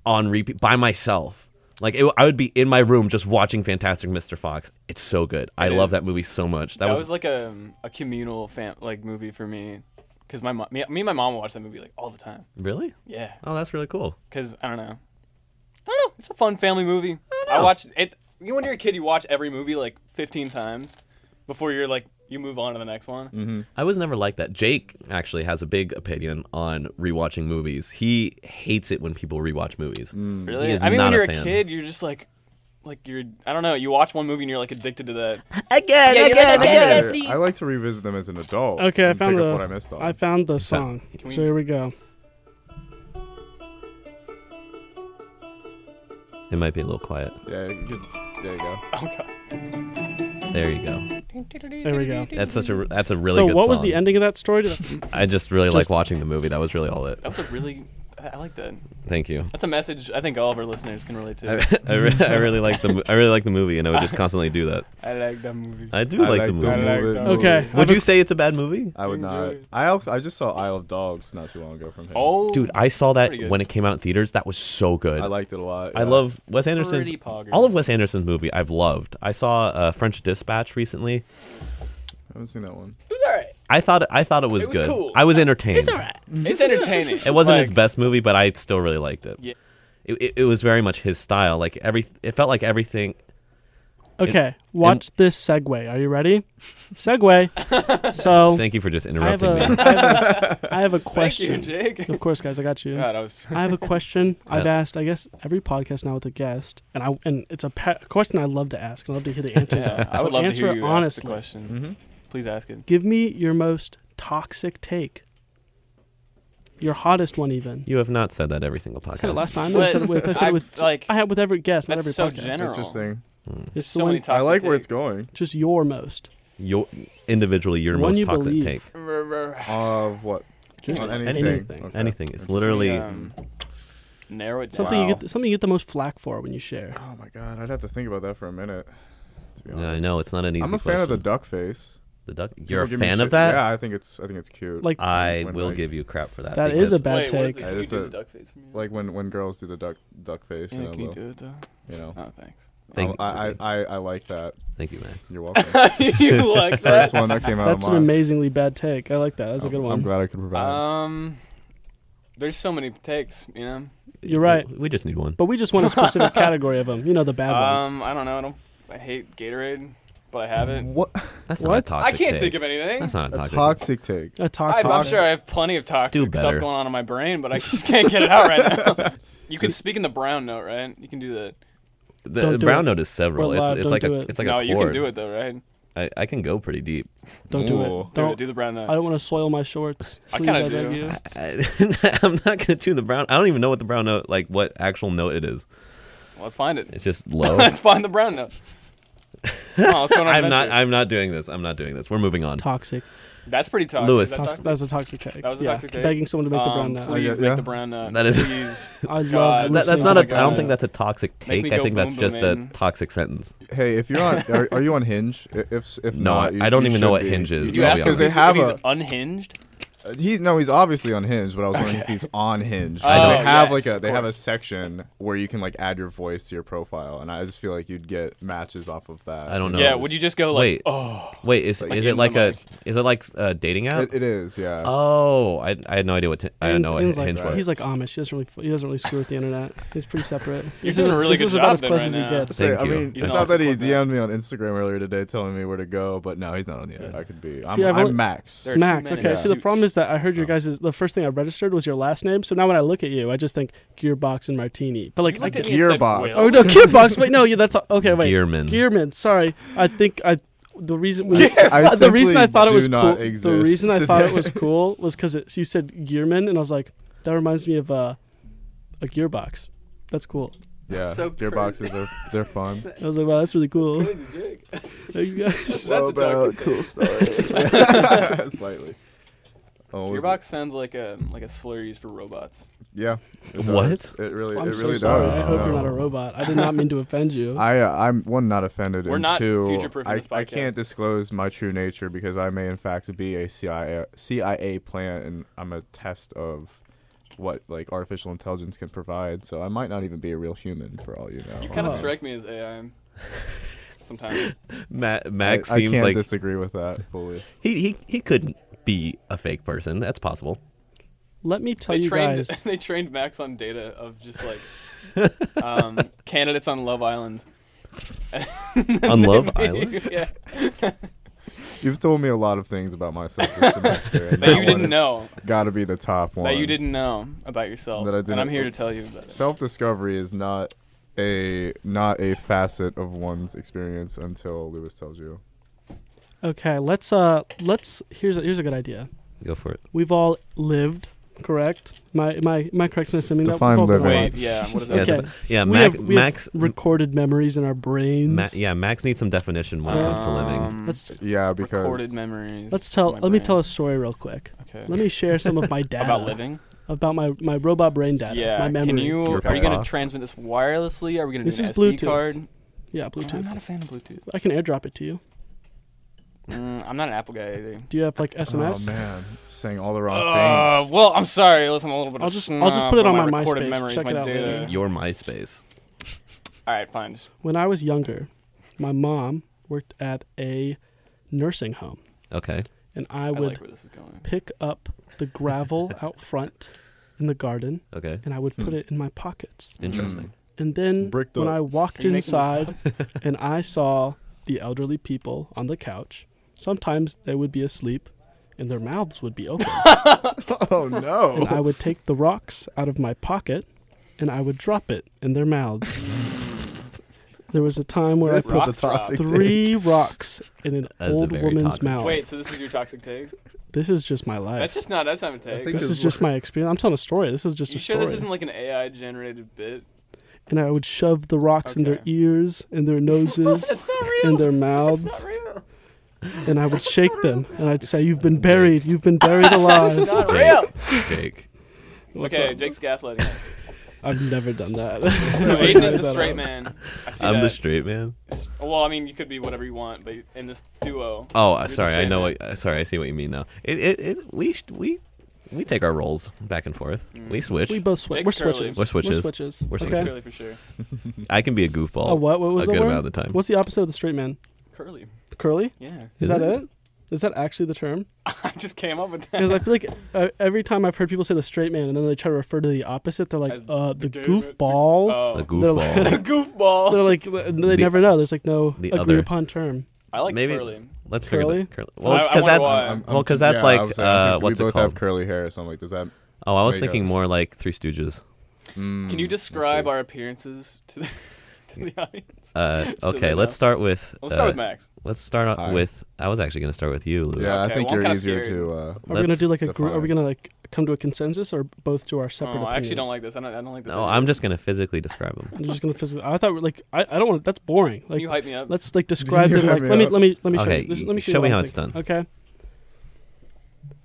Speaker 3: on repeat by myself. Like it, I would be in my room just watching Fantastic Mr. Fox. It's so good. I
Speaker 2: It
Speaker 3: love
Speaker 2: is.
Speaker 3: that movie so much. That,
Speaker 2: That
Speaker 3: was,
Speaker 2: was, like a um, a communal fan like movie for me, because my mom, me, me and my mom watched that movie like all the time.
Speaker 3: really.
Speaker 2: Yeah,
Speaker 3: Oh, that's really cool.
Speaker 2: because I don't know, I don't know. It's a fun family movie. I, watched it. You know, when you're a kid, you watch every movie like 15 times before you're like you move on to the next one.
Speaker 3: I was never like that. Jake actually has a big opinion on rewatching movies. He hates it when people rewatch movies.
Speaker 2: Really?
Speaker 3: He is
Speaker 2: I mean,
Speaker 3: not
Speaker 2: when
Speaker 3: a
Speaker 2: you're a,
Speaker 3: fan.
Speaker 2: kid, you're just like, like you're. I don't know. You watch one movie and you're like addicted to that.
Speaker 3: Again,
Speaker 2: you're
Speaker 3: again,
Speaker 2: like,
Speaker 3: again.
Speaker 4: I, I like to revisit them as an adult.
Speaker 1: Okay. I
Speaker 4: and
Speaker 1: found
Speaker 4: pick
Speaker 1: the.
Speaker 4: up what I missed on.
Speaker 1: I found the song.
Speaker 2: Can we-
Speaker 1: so here we go.
Speaker 3: It might be a little quiet.
Speaker 4: yeah, you can- there you go.
Speaker 2: Oh god.
Speaker 3: There you go.
Speaker 1: There we go.
Speaker 3: That's such a that's a really
Speaker 1: so
Speaker 3: good
Speaker 1: what was the
Speaker 3: song.
Speaker 1: ending of that story?
Speaker 3: I just really
Speaker 1: Just- Oh.
Speaker 3: like watching the movie. That was really all it.
Speaker 2: That was a really. I I like that.
Speaker 3: Thank you.
Speaker 2: That's a message I think all of our listeners can relate
Speaker 3: I,
Speaker 2: to.
Speaker 3: I, re- I really like the mo- I really like the movie, and I would just constantly do that.
Speaker 2: I like that movie.
Speaker 3: I do
Speaker 4: I
Speaker 3: like the movie.
Speaker 2: I like
Speaker 4: movie.
Speaker 2: that
Speaker 1: okay.
Speaker 3: Would you say it's a bad movie?
Speaker 4: I would not.
Speaker 2: Enjoy.
Speaker 4: I al- I just saw Isle of Dogs not too long ago from here.
Speaker 2: oh,
Speaker 3: Dude, I saw that
Speaker 2: Pretty good.
Speaker 3: when it came out in theaters. That was so good.
Speaker 4: I liked it a lot.
Speaker 3: I
Speaker 4: yeah.
Speaker 3: love Wes Anderson's.
Speaker 2: Pretty poggers.
Speaker 3: All of Wes Anderson's movie I've loved. I saw uh, French Dispatch recently.
Speaker 4: I haven't seen that one.
Speaker 2: it was alright.
Speaker 3: I thought it, I thought it was,
Speaker 2: It was
Speaker 3: good.
Speaker 2: cool.
Speaker 3: I was entertained. It's
Speaker 1: Mm-hmm.
Speaker 2: It's entertaining.
Speaker 3: It wasn't his
Speaker 2: Like,
Speaker 3: best movie, but I still really liked it.
Speaker 2: Yeah.
Speaker 3: It, it, it was very much his style. Like every, it felt like everything.
Speaker 1: Okay, watch this segue. Are you ready? Segue. So
Speaker 3: Thank you for just
Speaker 1: Oh, I have,
Speaker 3: interrupting
Speaker 1: a, I,
Speaker 3: me.
Speaker 1: have a, I have a
Speaker 2: Thank you,
Speaker 1: question.
Speaker 2: Jake.
Speaker 1: of course, guys, I got you.
Speaker 2: God, I was.
Speaker 1: I have a question. I've
Speaker 3: Yeah.
Speaker 1: asked, I guess, every podcast now with a guest, and I and it's a pa- question I love to ask. and I love to hear the answers.
Speaker 2: Yeah,
Speaker 1: to.
Speaker 2: I
Speaker 1: So
Speaker 2: would love to
Speaker 1: answer
Speaker 2: hear
Speaker 1: it
Speaker 2: you ask the
Speaker 1: honestly.
Speaker 2: question. Please ask it.
Speaker 1: Give me your most toxic take. Your hottest one, even.
Speaker 3: You have not said that every single podcast.
Speaker 1: I said it last time. I said it with. I said
Speaker 2: I-
Speaker 1: it with.
Speaker 2: like
Speaker 1: I had with every guest, not
Speaker 2: that's
Speaker 1: every
Speaker 2: so
Speaker 1: podcast.
Speaker 2: general.
Speaker 4: Interesting.
Speaker 1: It's the
Speaker 2: so
Speaker 1: one,
Speaker 2: many
Speaker 4: I
Speaker 2: toxic
Speaker 4: like where it's
Speaker 2: takes.
Speaker 4: going.
Speaker 1: just your most.
Speaker 3: Your individually, your
Speaker 1: The one
Speaker 3: most
Speaker 1: you
Speaker 3: toxic
Speaker 1: believe.
Speaker 3: take.
Speaker 4: Of what?
Speaker 1: Just
Speaker 4: On
Speaker 1: anything.
Speaker 4: anything. Okay.
Speaker 3: Anything. It's
Speaker 4: We,
Speaker 3: literally.
Speaker 2: Um, narrow it down.
Speaker 1: Something you
Speaker 4: Wow.
Speaker 1: get. Something you get the most flack for when you share.
Speaker 4: Oh my god, I'd have to think about that for a minute. To be honest,
Speaker 3: Yeah, I know it's not an easy.
Speaker 4: I'm a fan of the
Speaker 3: question.
Speaker 4: duck face.
Speaker 3: The duck.
Speaker 4: People
Speaker 3: You're a
Speaker 4: give me
Speaker 3: fan
Speaker 4: shit-
Speaker 3: of that.
Speaker 4: Yeah, I think it's I think it's cute.
Speaker 1: Like-
Speaker 3: I
Speaker 4: When,
Speaker 3: will
Speaker 4: like-
Speaker 3: give you crap for that.
Speaker 1: That is a
Speaker 3: because-
Speaker 1: bad
Speaker 2: Wait, what is
Speaker 1: take.
Speaker 2: the, can you
Speaker 4: It's
Speaker 2: do
Speaker 4: a-
Speaker 2: the duck face for me?
Speaker 4: like when when girls do the duck duck face.
Speaker 2: yeah,
Speaker 4: you know,
Speaker 2: can you
Speaker 4: the-
Speaker 2: do it though?
Speaker 4: you know.
Speaker 2: Oh, thanks.
Speaker 3: Thank,
Speaker 4: I, I, I, I like that.
Speaker 3: thank you, Max.
Speaker 4: You're welcome.
Speaker 2: you like
Speaker 4: First
Speaker 2: that?
Speaker 4: one that came out.
Speaker 1: That's
Speaker 4: of
Speaker 1: an
Speaker 4: mine.
Speaker 1: amazingly bad take. I like that. That's a
Speaker 4: I'm-
Speaker 1: good
Speaker 4: I'm
Speaker 1: one.
Speaker 4: glad I could provide.
Speaker 2: Um, there's so many takes, you know.
Speaker 1: You're right.
Speaker 3: We just need one.
Speaker 1: But we just want a specific category of them. You know, the bad ones.
Speaker 2: Um, I don't know. I don't. I hate Gatorade, but I have it.
Speaker 4: what
Speaker 3: That's
Speaker 1: What?
Speaker 3: not
Speaker 1: I
Speaker 3: a
Speaker 2: I
Speaker 3: toxic.
Speaker 2: can't
Speaker 3: take.
Speaker 2: think of anything.
Speaker 3: That's not a
Speaker 4: a
Speaker 3: toxic.
Speaker 4: toxic take?
Speaker 1: A
Speaker 2: I,
Speaker 1: toxic.
Speaker 2: I'm sure I have plenty of
Speaker 3: Do
Speaker 2: toxic stuff
Speaker 3: better.
Speaker 2: going on in my brain, but I just can't get it out right now. You can speak in the brown note, right? You can do that.
Speaker 3: The
Speaker 1: Don't do
Speaker 3: brown
Speaker 1: it.
Speaker 3: note is several.
Speaker 1: We're
Speaker 3: it's
Speaker 1: live,
Speaker 3: it's
Speaker 1: don't
Speaker 3: like
Speaker 1: do
Speaker 3: a
Speaker 1: it.
Speaker 3: it's like
Speaker 2: no,
Speaker 3: a
Speaker 2: you
Speaker 3: chord.
Speaker 2: can do it though, right?
Speaker 3: I, I can go pretty deep.
Speaker 1: Don't do
Speaker 4: Ooh.
Speaker 1: it.
Speaker 2: Do,
Speaker 1: Don't.
Speaker 2: it, do the brown note.
Speaker 1: I don't want to soil my shorts.
Speaker 2: I
Speaker 1: Please,
Speaker 2: kinda
Speaker 1: beg
Speaker 2: do.
Speaker 1: you.
Speaker 3: I, I'm not gonna do the brown. I don't even know what the brown note like. What actual note it is?
Speaker 2: Well, let's find it.
Speaker 3: It's just low.
Speaker 2: let's find the brown note. Come on, let's go on an
Speaker 3: I'm not.
Speaker 2: adventure.
Speaker 3: I'm not doing this. I'm not doing this. We're moving on.
Speaker 1: Toxic.
Speaker 2: That's pretty toxic.
Speaker 3: Lewis.
Speaker 2: Is that
Speaker 1: Toxic.
Speaker 2: toxic?
Speaker 1: That's a toxic take.
Speaker 2: That was a
Speaker 1: yeah.
Speaker 2: toxic take.
Speaker 1: Begging someone to make the brown
Speaker 2: Um,
Speaker 1: nut.
Speaker 4: I
Speaker 2: Please
Speaker 4: guess-
Speaker 2: make
Speaker 4: yeah.
Speaker 2: the brown note.
Speaker 3: That is-
Speaker 2: Please.
Speaker 1: I love
Speaker 2: God.
Speaker 3: That, that's
Speaker 1: listening
Speaker 3: not
Speaker 1: to
Speaker 3: a.
Speaker 1: that
Speaker 3: I don't
Speaker 1: guy.
Speaker 3: think that's a toxic
Speaker 2: Make me
Speaker 3: take. I
Speaker 2: go
Speaker 3: think that's
Speaker 2: boom,
Speaker 3: just
Speaker 2: boom,
Speaker 3: a toxic sentence.
Speaker 4: Hey, if you're on, are, are you on Hinge? I- If if
Speaker 3: No,
Speaker 4: not, you,
Speaker 3: I don't
Speaker 4: you
Speaker 3: even know
Speaker 4: should
Speaker 3: what
Speaker 4: be.
Speaker 3: Hinge is,
Speaker 2: Did you
Speaker 3: I'll
Speaker 2: ask
Speaker 3: be
Speaker 2: if
Speaker 4: because they
Speaker 2: he's,
Speaker 4: have
Speaker 2: if
Speaker 4: a
Speaker 2: he's unhinged?
Speaker 4: he. No, he's obviously on Hinge, but I was wondering if he's on Hinge.
Speaker 2: Oh,
Speaker 4: Because they have
Speaker 2: yes,
Speaker 4: like a
Speaker 2: of
Speaker 4: they have a
Speaker 2: course.
Speaker 4: section where you can like add your voice to your profile, and I just feel like you'd get matches off of that.
Speaker 3: I don't know.
Speaker 2: yeah. Would you just go like,
Speaker 3: Wait.
Speaker 2: oh,
Speaker 3: Wait, is is it
Speaker 2: in
Speaker 3: like
Speaker 2: the
Speaker 3: a is it like a dating app?
Speaker 4: It, it is, yeah.
Speaker 3: oh, I I had no idea what t- I had
Speaker 1: And-
Speaker 3: no
Speaker 1: and
Speaker 3: idea
Speaker 1: he's
Speaker 3: what
Speaker 1: like,
Speaker 3: Hinge was.
Speaker 1: He's like Amish. He doesn't really, he doesn't really screw with the internet. He's pretty separate.
Speaker 2: You're
Speaker 1: This
Speaker 2: doing
Speaker 1: is-
Speaker 2: a really
Speaker 1: this
Speaker 2: good
Speaker 1: is
Speaker 2: job
Speaker 1: about as
Speaker 2: then
Speaker 1: close
Speaker 2: right
Speaker 1: as
Speaker 2: now.
Speaker 1: he gets.
Speaker 4: So,
Speaker 3: Thank
Speaker 4: I
Speaker 3: you.
Speaker 4: mean,
Speaker 3: He's
Speaker 4: it's
Speaker 2: not
Speaker 4: not that he
Speaker 2: supporting that.
Speaker 4: DM'd me on Instagram earlier today telling me where to go, but no, he's not on yet. I could be. I'm,
Speaker 1: See, I've
Speaker 4: I'm
Speaker 1: only-
Speaker 4: Max.
Speaker 2: There-
Speaker 1: Max,
Speaker 2: Two men
Speaker 1: okay.
Speaker 2: in
Speaker 1: See, the
Speaker 2: suits.
Speaker 1: problem is that I
Speaker 4: Oh.
Speaker 1: heard your guys' the first thing I registered was your last name. So now when I look at you, I just think Gearbox and Martini. But like,
Speaker 2: you
Speaker 1: I
Speaker 2: looked at
Speaker 1: get,
Speaker 2: me and said,
Speaker 4: Gearbox.
Speaker 2: "Will."
Speaker 1: oh no, Gearbox. Wait, no, yeah, that's okay. Wait,
Speaker 3: Gearman.
Speaker 1: Gearman. Sorry, I think I the reason when-
Speaker 4: I
Speaker 1: the reason I
Speaker 4: simply
Speaker 1: thought it
Speaker 4: do
Speaker 1: was cool.
Speaker 4: not
Speaker 1: The
Speaker 4: exist
Speaker 1: reason I thought it
Speaker 4: today.
Speaker 1: was cool was because you said Gearman, and I was like, that reminds me of uh, a Gearbox. That's cool.
Speaker 4: Yeah,
Speaker 2: so
Speaker 4: gearboxes are they're fun.
Speaker 1: I was like, wow, that's really cool.
Speaker 2: Crazy Jake.
Speaker 1: Thanks, guys.
Speaker 2: That's a toxic
Speaker 4: cool story. Slightly. Oh, was it-
Speaker 2: Gearbox sounds like a like a slur used for robots.
Speaker 4: Yeah. It
Speaker 3: What?
Speaker 4: does. It really,
Speaker 1: I'm
Speaker 4: it
Speaker 1: so
Speaker 4: really
Speaker 1: sorry.
Speaker 4: does.
Speaker 1: I hope you're
Speaker 4: No.
Speaker 1: not a robot. I did not mean to offend you.
Speaker 4: I, uh, I'm one not offended.
Speaker 2: We're
Speaker 4: and
Speaker 2: not
Speaker 4: two,
Speaker 2: future-proofing
Speaker 4: I,
Speaker 2: this
Speaker 4: I
Speaker 2: podcast.
Speaker 4: can't disclose my true nature because I may in fact be a CIA CIA plant, and I'm a test of what like artificial intelligence can provide. So I might not even be a real human for all you know.
Speaker 2: You kind
Speaker 1: Oh.
Speaker 2: of strike me as AI. Sometimes
Speaker 3: Ma-
Speaker 4: I,
Speaker 3: Max
Speaker 4: I
Speaker 3: seems
Speaker 4: can't
Speaker 3: like
Speaker 4: disagree with that fully.
Speaker 3: he, he he could be a fake person. That's possible.
Speaker 1: Let me tell
Speaker 2: they
Speaker 1: you
Speaker 2: trained
Speaker 1: guys.
Speaker 2: they trained Max on data of just like um, candidates on Love Island.
Speaker 3: On Love Island.
Speaker 2: yeah,
Speaker 4: You've told me a lot of things about myself this semester. and
Speaker 2: that you
Speaker 4: one
Speaker 2: didn't
Speaker 4: has
Speaker 2: know
Speaker 4: Gotta be the top one.
Speaker 2: that you didn't know about yourself,
Speaker 4: That I
Speaker 2: and I'm
Speaker 4: didn't-
Speaker 2: here to tell you about it.
Speaker 4: Self discovery is not a not a facet of one's experience until Lewis tells you.
Speaker 1: Okay, let's uh, let's here's a, here's a good idea.
Speaker 3: Go for it.
Speaker 1: We've all lived, correct? My my my correct in assuming
Speaker 4: Define
Speaker 1: that we've all been
Speaker 4: living.
Speaker 2: Wait,
Speaker 1: alive.
Speaker 2: yeah, what is
Speaker 3: Yeah,
Speaker 2: that?
Speaker 1: Okay.
Speaker 3: def- yeah.
Speaker 1: We
Speaker 3: Max
Speaker 1: have- we have
Speaker 3: Max
Speaker 1: recorded memories in our brains.
Speaker 3: Ma- yeah. Max needs some definition when it comes to living.
Speaker 2: Um,
Speaker 1: Let's
Speaker 4: Yeah, because
Speaker 2: recorded memories.
Speaker 1: let's tell.
Speaker 2: in my
Speaker 1: Let me
Speaker 2: brain.
Speaker 1: tell a story real quick.
Speaker 2: Okay.
Speaker 1: Let me share some of my data
Speaker 2: about living.
Speaker 1: about my my robot brain data.
Speaker 2: yeah.
Speaker 1: my memory.
Speaker 2: Can you?
Speaker 3: Your
Speaker 2: Are you gonna
Speaker 3: cock.
Speaker 2: transmit this wirelessly? Are we gonna
Speaker 1: This
Speaker 2: do an
Speaker 1: is
Speaker 2: SD
Speaker 1: Bluetooth.
Speaker 2: card?
Speaker 1: Yeah,
Speaker 2: I'm not
Speaker 1: Bluetooth.
Speaker 2: a fan of Bluetooth.
Speaker 1: I can airdrop it to you.
Speaker 2: Mm, I'm not an Apple guy either.
Speaker 1: Do you have like
Speaker 4: Oh
Speaker 1: SMS?
Speaker 4: man, saying all the wrong
Speaker 2: Uh,
Speaker 4: things.
Speaker 2: well, I'm sorry. Listen, I'm a little bit.
Speaker 1: I'll
Speaker 2: of
Speaker 1: just-
Speaker 2: snob,
Speaker 1: I'll just put it
Speaker 2: but
Speaker 1: on my
Speaker 2: recorded
Speaker 1: MySpace.
Speaker 2: memories,
Speaker 1: Check
Speaker 2: my
Speaker 1: it out
Speaker 2: data.
Speaker 1: later.
Speaker 3: Your MySpace.
Speaker 2: All right, fine. Just,
Speaker 1: When I was younger, my mom worked at a nursing home,
Speaker 3: Okay.
Speaker 1: and I
Speaker 2: I
Speaker 1: would
Speaker 2: like where this is going.
Speaker 1: pick up the gravel out front in the garden,
Speaker 3: Okay.
Speaker 1: and I would put
Speaker 4: Hmm.
Speaker 1: it in my pockets.
Speaker 3: Interesting.
Speaker 1: And then
Speaker 4: Bricked
Speaker 1: when
Speaker 4: up.
Speaker 1: I walked
Speaker 2: Are you making
Speaker 1: inside
Speaker 2: this
Speaker 1: and I saw the elderly people on the couch, sometimes they would be asleep and their mouths would be open.
Speaker 4: Oh
Speaker 1: and I
Speaker 4: no.
Speaker 1: would take the rocks out of my pocket and I would drop it in their mouths. there was a time where
Speaker 4: That's
Speaker 1: I
Speaker 4: not
Speaker 1: put
Speaker 4: the
Speaker 2: rock drop.
Speaker 4: toxic take.
Speaker 1: three rocks in an
Speaker 3: That is a
Speaker 1: old
Speaker 3: very
Speaker 1: woman's
Speaker 3: toxic
Speaker 1: mouth.
Speaker 2: Wait, so this is your toxic take?
Speaker 1: This is just my life.
Speaker 2: That's just not. That's not a take.
Speaker 4: think
Speaker 1: this
Speaker 4: this
Speaker 1: is
Speaker 4: is
Speaker 1: just
Speaker 4: what-
Speaker 1: my experience. I'm telling a story. This is just
Speaker 2: you
Speaker 1: a
Speaker 2: sure
Speaker 1: story.
Speaker 2: this isn't like an AI generated bit?
Speaker 1: and I would shove the rocks in their
Speaker 2: Okay.
Speaker 1: ears and their noses
Speaker 2: It's not real.
Speaker 1: and their
Speaker 2: It's
Speaker 1: mouths,
Speaker 2: not real.
Speaker 1: and I would shake them and I'd say, "You've been buried. You've been buried alive."
Speaker 2: Mm. Not
Speaker 3: Jake.
Speaker 2: real.
Speaker 3: Jake.
Speaker 1: What's
Speaker 2: okay,
Speaker 1: up?
Speaker 2: Jake's gaslighting us.
Speaker 1: I've never done that.
Speaker 2: No, Aiden is the straight man. I see
Speaker 3: I'm the
Speaker 2: that.
Speaker 3: straight man.
Speaker 2: S- well, I mean, you could be whatever you want, but in this duo.
Speaker 3: Oh,
Speaker 2: you're
Speaker 3: uh,
Speaker 2: the
Speaker 3: sorry. I
Speaker 2: straight
Speaker 3: know.
Speaker 2: man.
Speaker 3: What, uh, sorry, I see what you mean now. It, it, it we sh- we we take our roles back and forth.
Speaker 2: Mm.
Speaker 3: We switch.
Speaker 1: We both switch.
Speaker 2: Jake's
Speaker 1: We're
Speaker 2: curly.
Speaker 1: switches.
Speaker 3: We're switches.
Speaker 1: We're switches.
Speaker 3: We're
Speaker 1: okay.
Speaker 3: switches.
Speaker 2: Curly for sure.
Speaker 3: I can be a goofball.
Speaker 1: A what? What was
Speaker 3: a
Speaker 1: that
Speaker 3: good
Speaker 1: word?
Speaker 3: amount of the time.
Speaker 1: What's the opposite of the straight man?
Speaker 2: Curly.
Speaker 1: Curly?
Speaker 2: Yeah.
Speaker 3: Is
Speaker 1: Is, that
Speaker 3: it?
Speaker 1: it? Is that actually the term?
Speaker 2: I just came up with
Speaker 1: Because
Speaker 2: that.
Speaker 1: I feel like uh, every time I've heard people say the straight man and then they try to refer to the opposite, they're like,
Speaker 2: As
Speaker 1: uh, the
Speaker 2: gay-
Speaker 1: goofball.
Speaker 2: Oh.
Speaker 3: a
Speaker 1: The-
Speaker 3: goofball.
Speaker 2: The goofball.
Speaker 1: They're like, they
Speaker 3: Oh. The-
Speaker 1: never know. There's like no
Speaker 3: the
Speaker 1: agreed
Speaker 3: other.
Speaker 1: upon term.
Speaker 2: I like
Speaker 3: Maybe-
Speaker 2: curly.
Speaker 3: Let's figure
Speaker 1: Curly?
Speaker 3: that. Curly. Well,
Speaker 2: I- I
Speaker 3: because
Speaker 2: wonder
Speaker 3: that's
Speaker 2: why.
Speaker 3: well, because that's
Speaker 4: yeah, I
Speaker 3: like
Speaker 4: was saying, I
Speaker 3: uh,
Speaker 4: think
Speaker 3: what's
Speaker 4: we
Speaker 3: it
Speaker 4: both
Speaker 3: called?
Speaker 4: have curly hair, so I'm like, does that?
Speaker 3: oh, I was
Speaker 4: There you go.
Speaker 3: thinking more like Three Stooges.
Speaker 4: Mm,
Speaker 2: Can you
Speaker 4: I see.
Speaker 2: describe our appearances to the, to the audience?
Speaker 3: Uh,
Speaker 2: So
Speaker 3: okay,
Speaker 2: they know.
Speaker 3: let's start with.
Speaker 2: Let's start
Speaker 3: uh,
Speaker 2: with Max.
Speaker 3: Let's start on
Speaker 4: Hi.
Speaker 3: with. I was actually going to start with you, Louis.
Speaker 4: Yeah,
Speaker 2: Okay,
Speaker 4: I think
Speaker 2: well, I'm
Speaker 4: you're
Speaker 2: kinda
Speaker 4: easier
Speaker 2: scared.
Speaker 4: to. Uh,
Speaker 1: Are we gonna
Speaker 3: Let's
Speaker 1: do like a group? Are we
Speaker 4: define.
Speaker 1: gonna like come to a consensus or both to our
Speaker 2: Oh,
Speaker 1: separate?
Speaker 2: I actually don't
Speaker 1: opinions?
Speaker 2: like this. I don't, I don't like this.
Speaker 3: No,
Speaker 2: idea.
Speaker 3: I'm just going to physically describe them.
Speaker 1: You're just gonna physically. I thought we're like I, I don't want. That's boring.
Speaker 2: Can
Speaker 1: Like
Speaker 2: you hype me up?
Speaker 1: let's like describe
Speaker 4: You
Speaker 1: them.
Speaker 4: have
Speaker 1: Like
Speaker 4: me
Speaker 1: let me
Speaker 4: up.
Speaker 1: let me let me show
Speaker 3: Okay,
Speaker 1: you. This,
Speaker 3: y-
Speaker 1: let me show,
Speaker 3: show
Speaker 1: you
Speaker 3: me
Speaker 1: what
Speaker 3: how
Speaker 1: I'm
Speaker 3: it's
Speaker 1: thinking.
Speaker 3: done.
Speaker 1: Okay.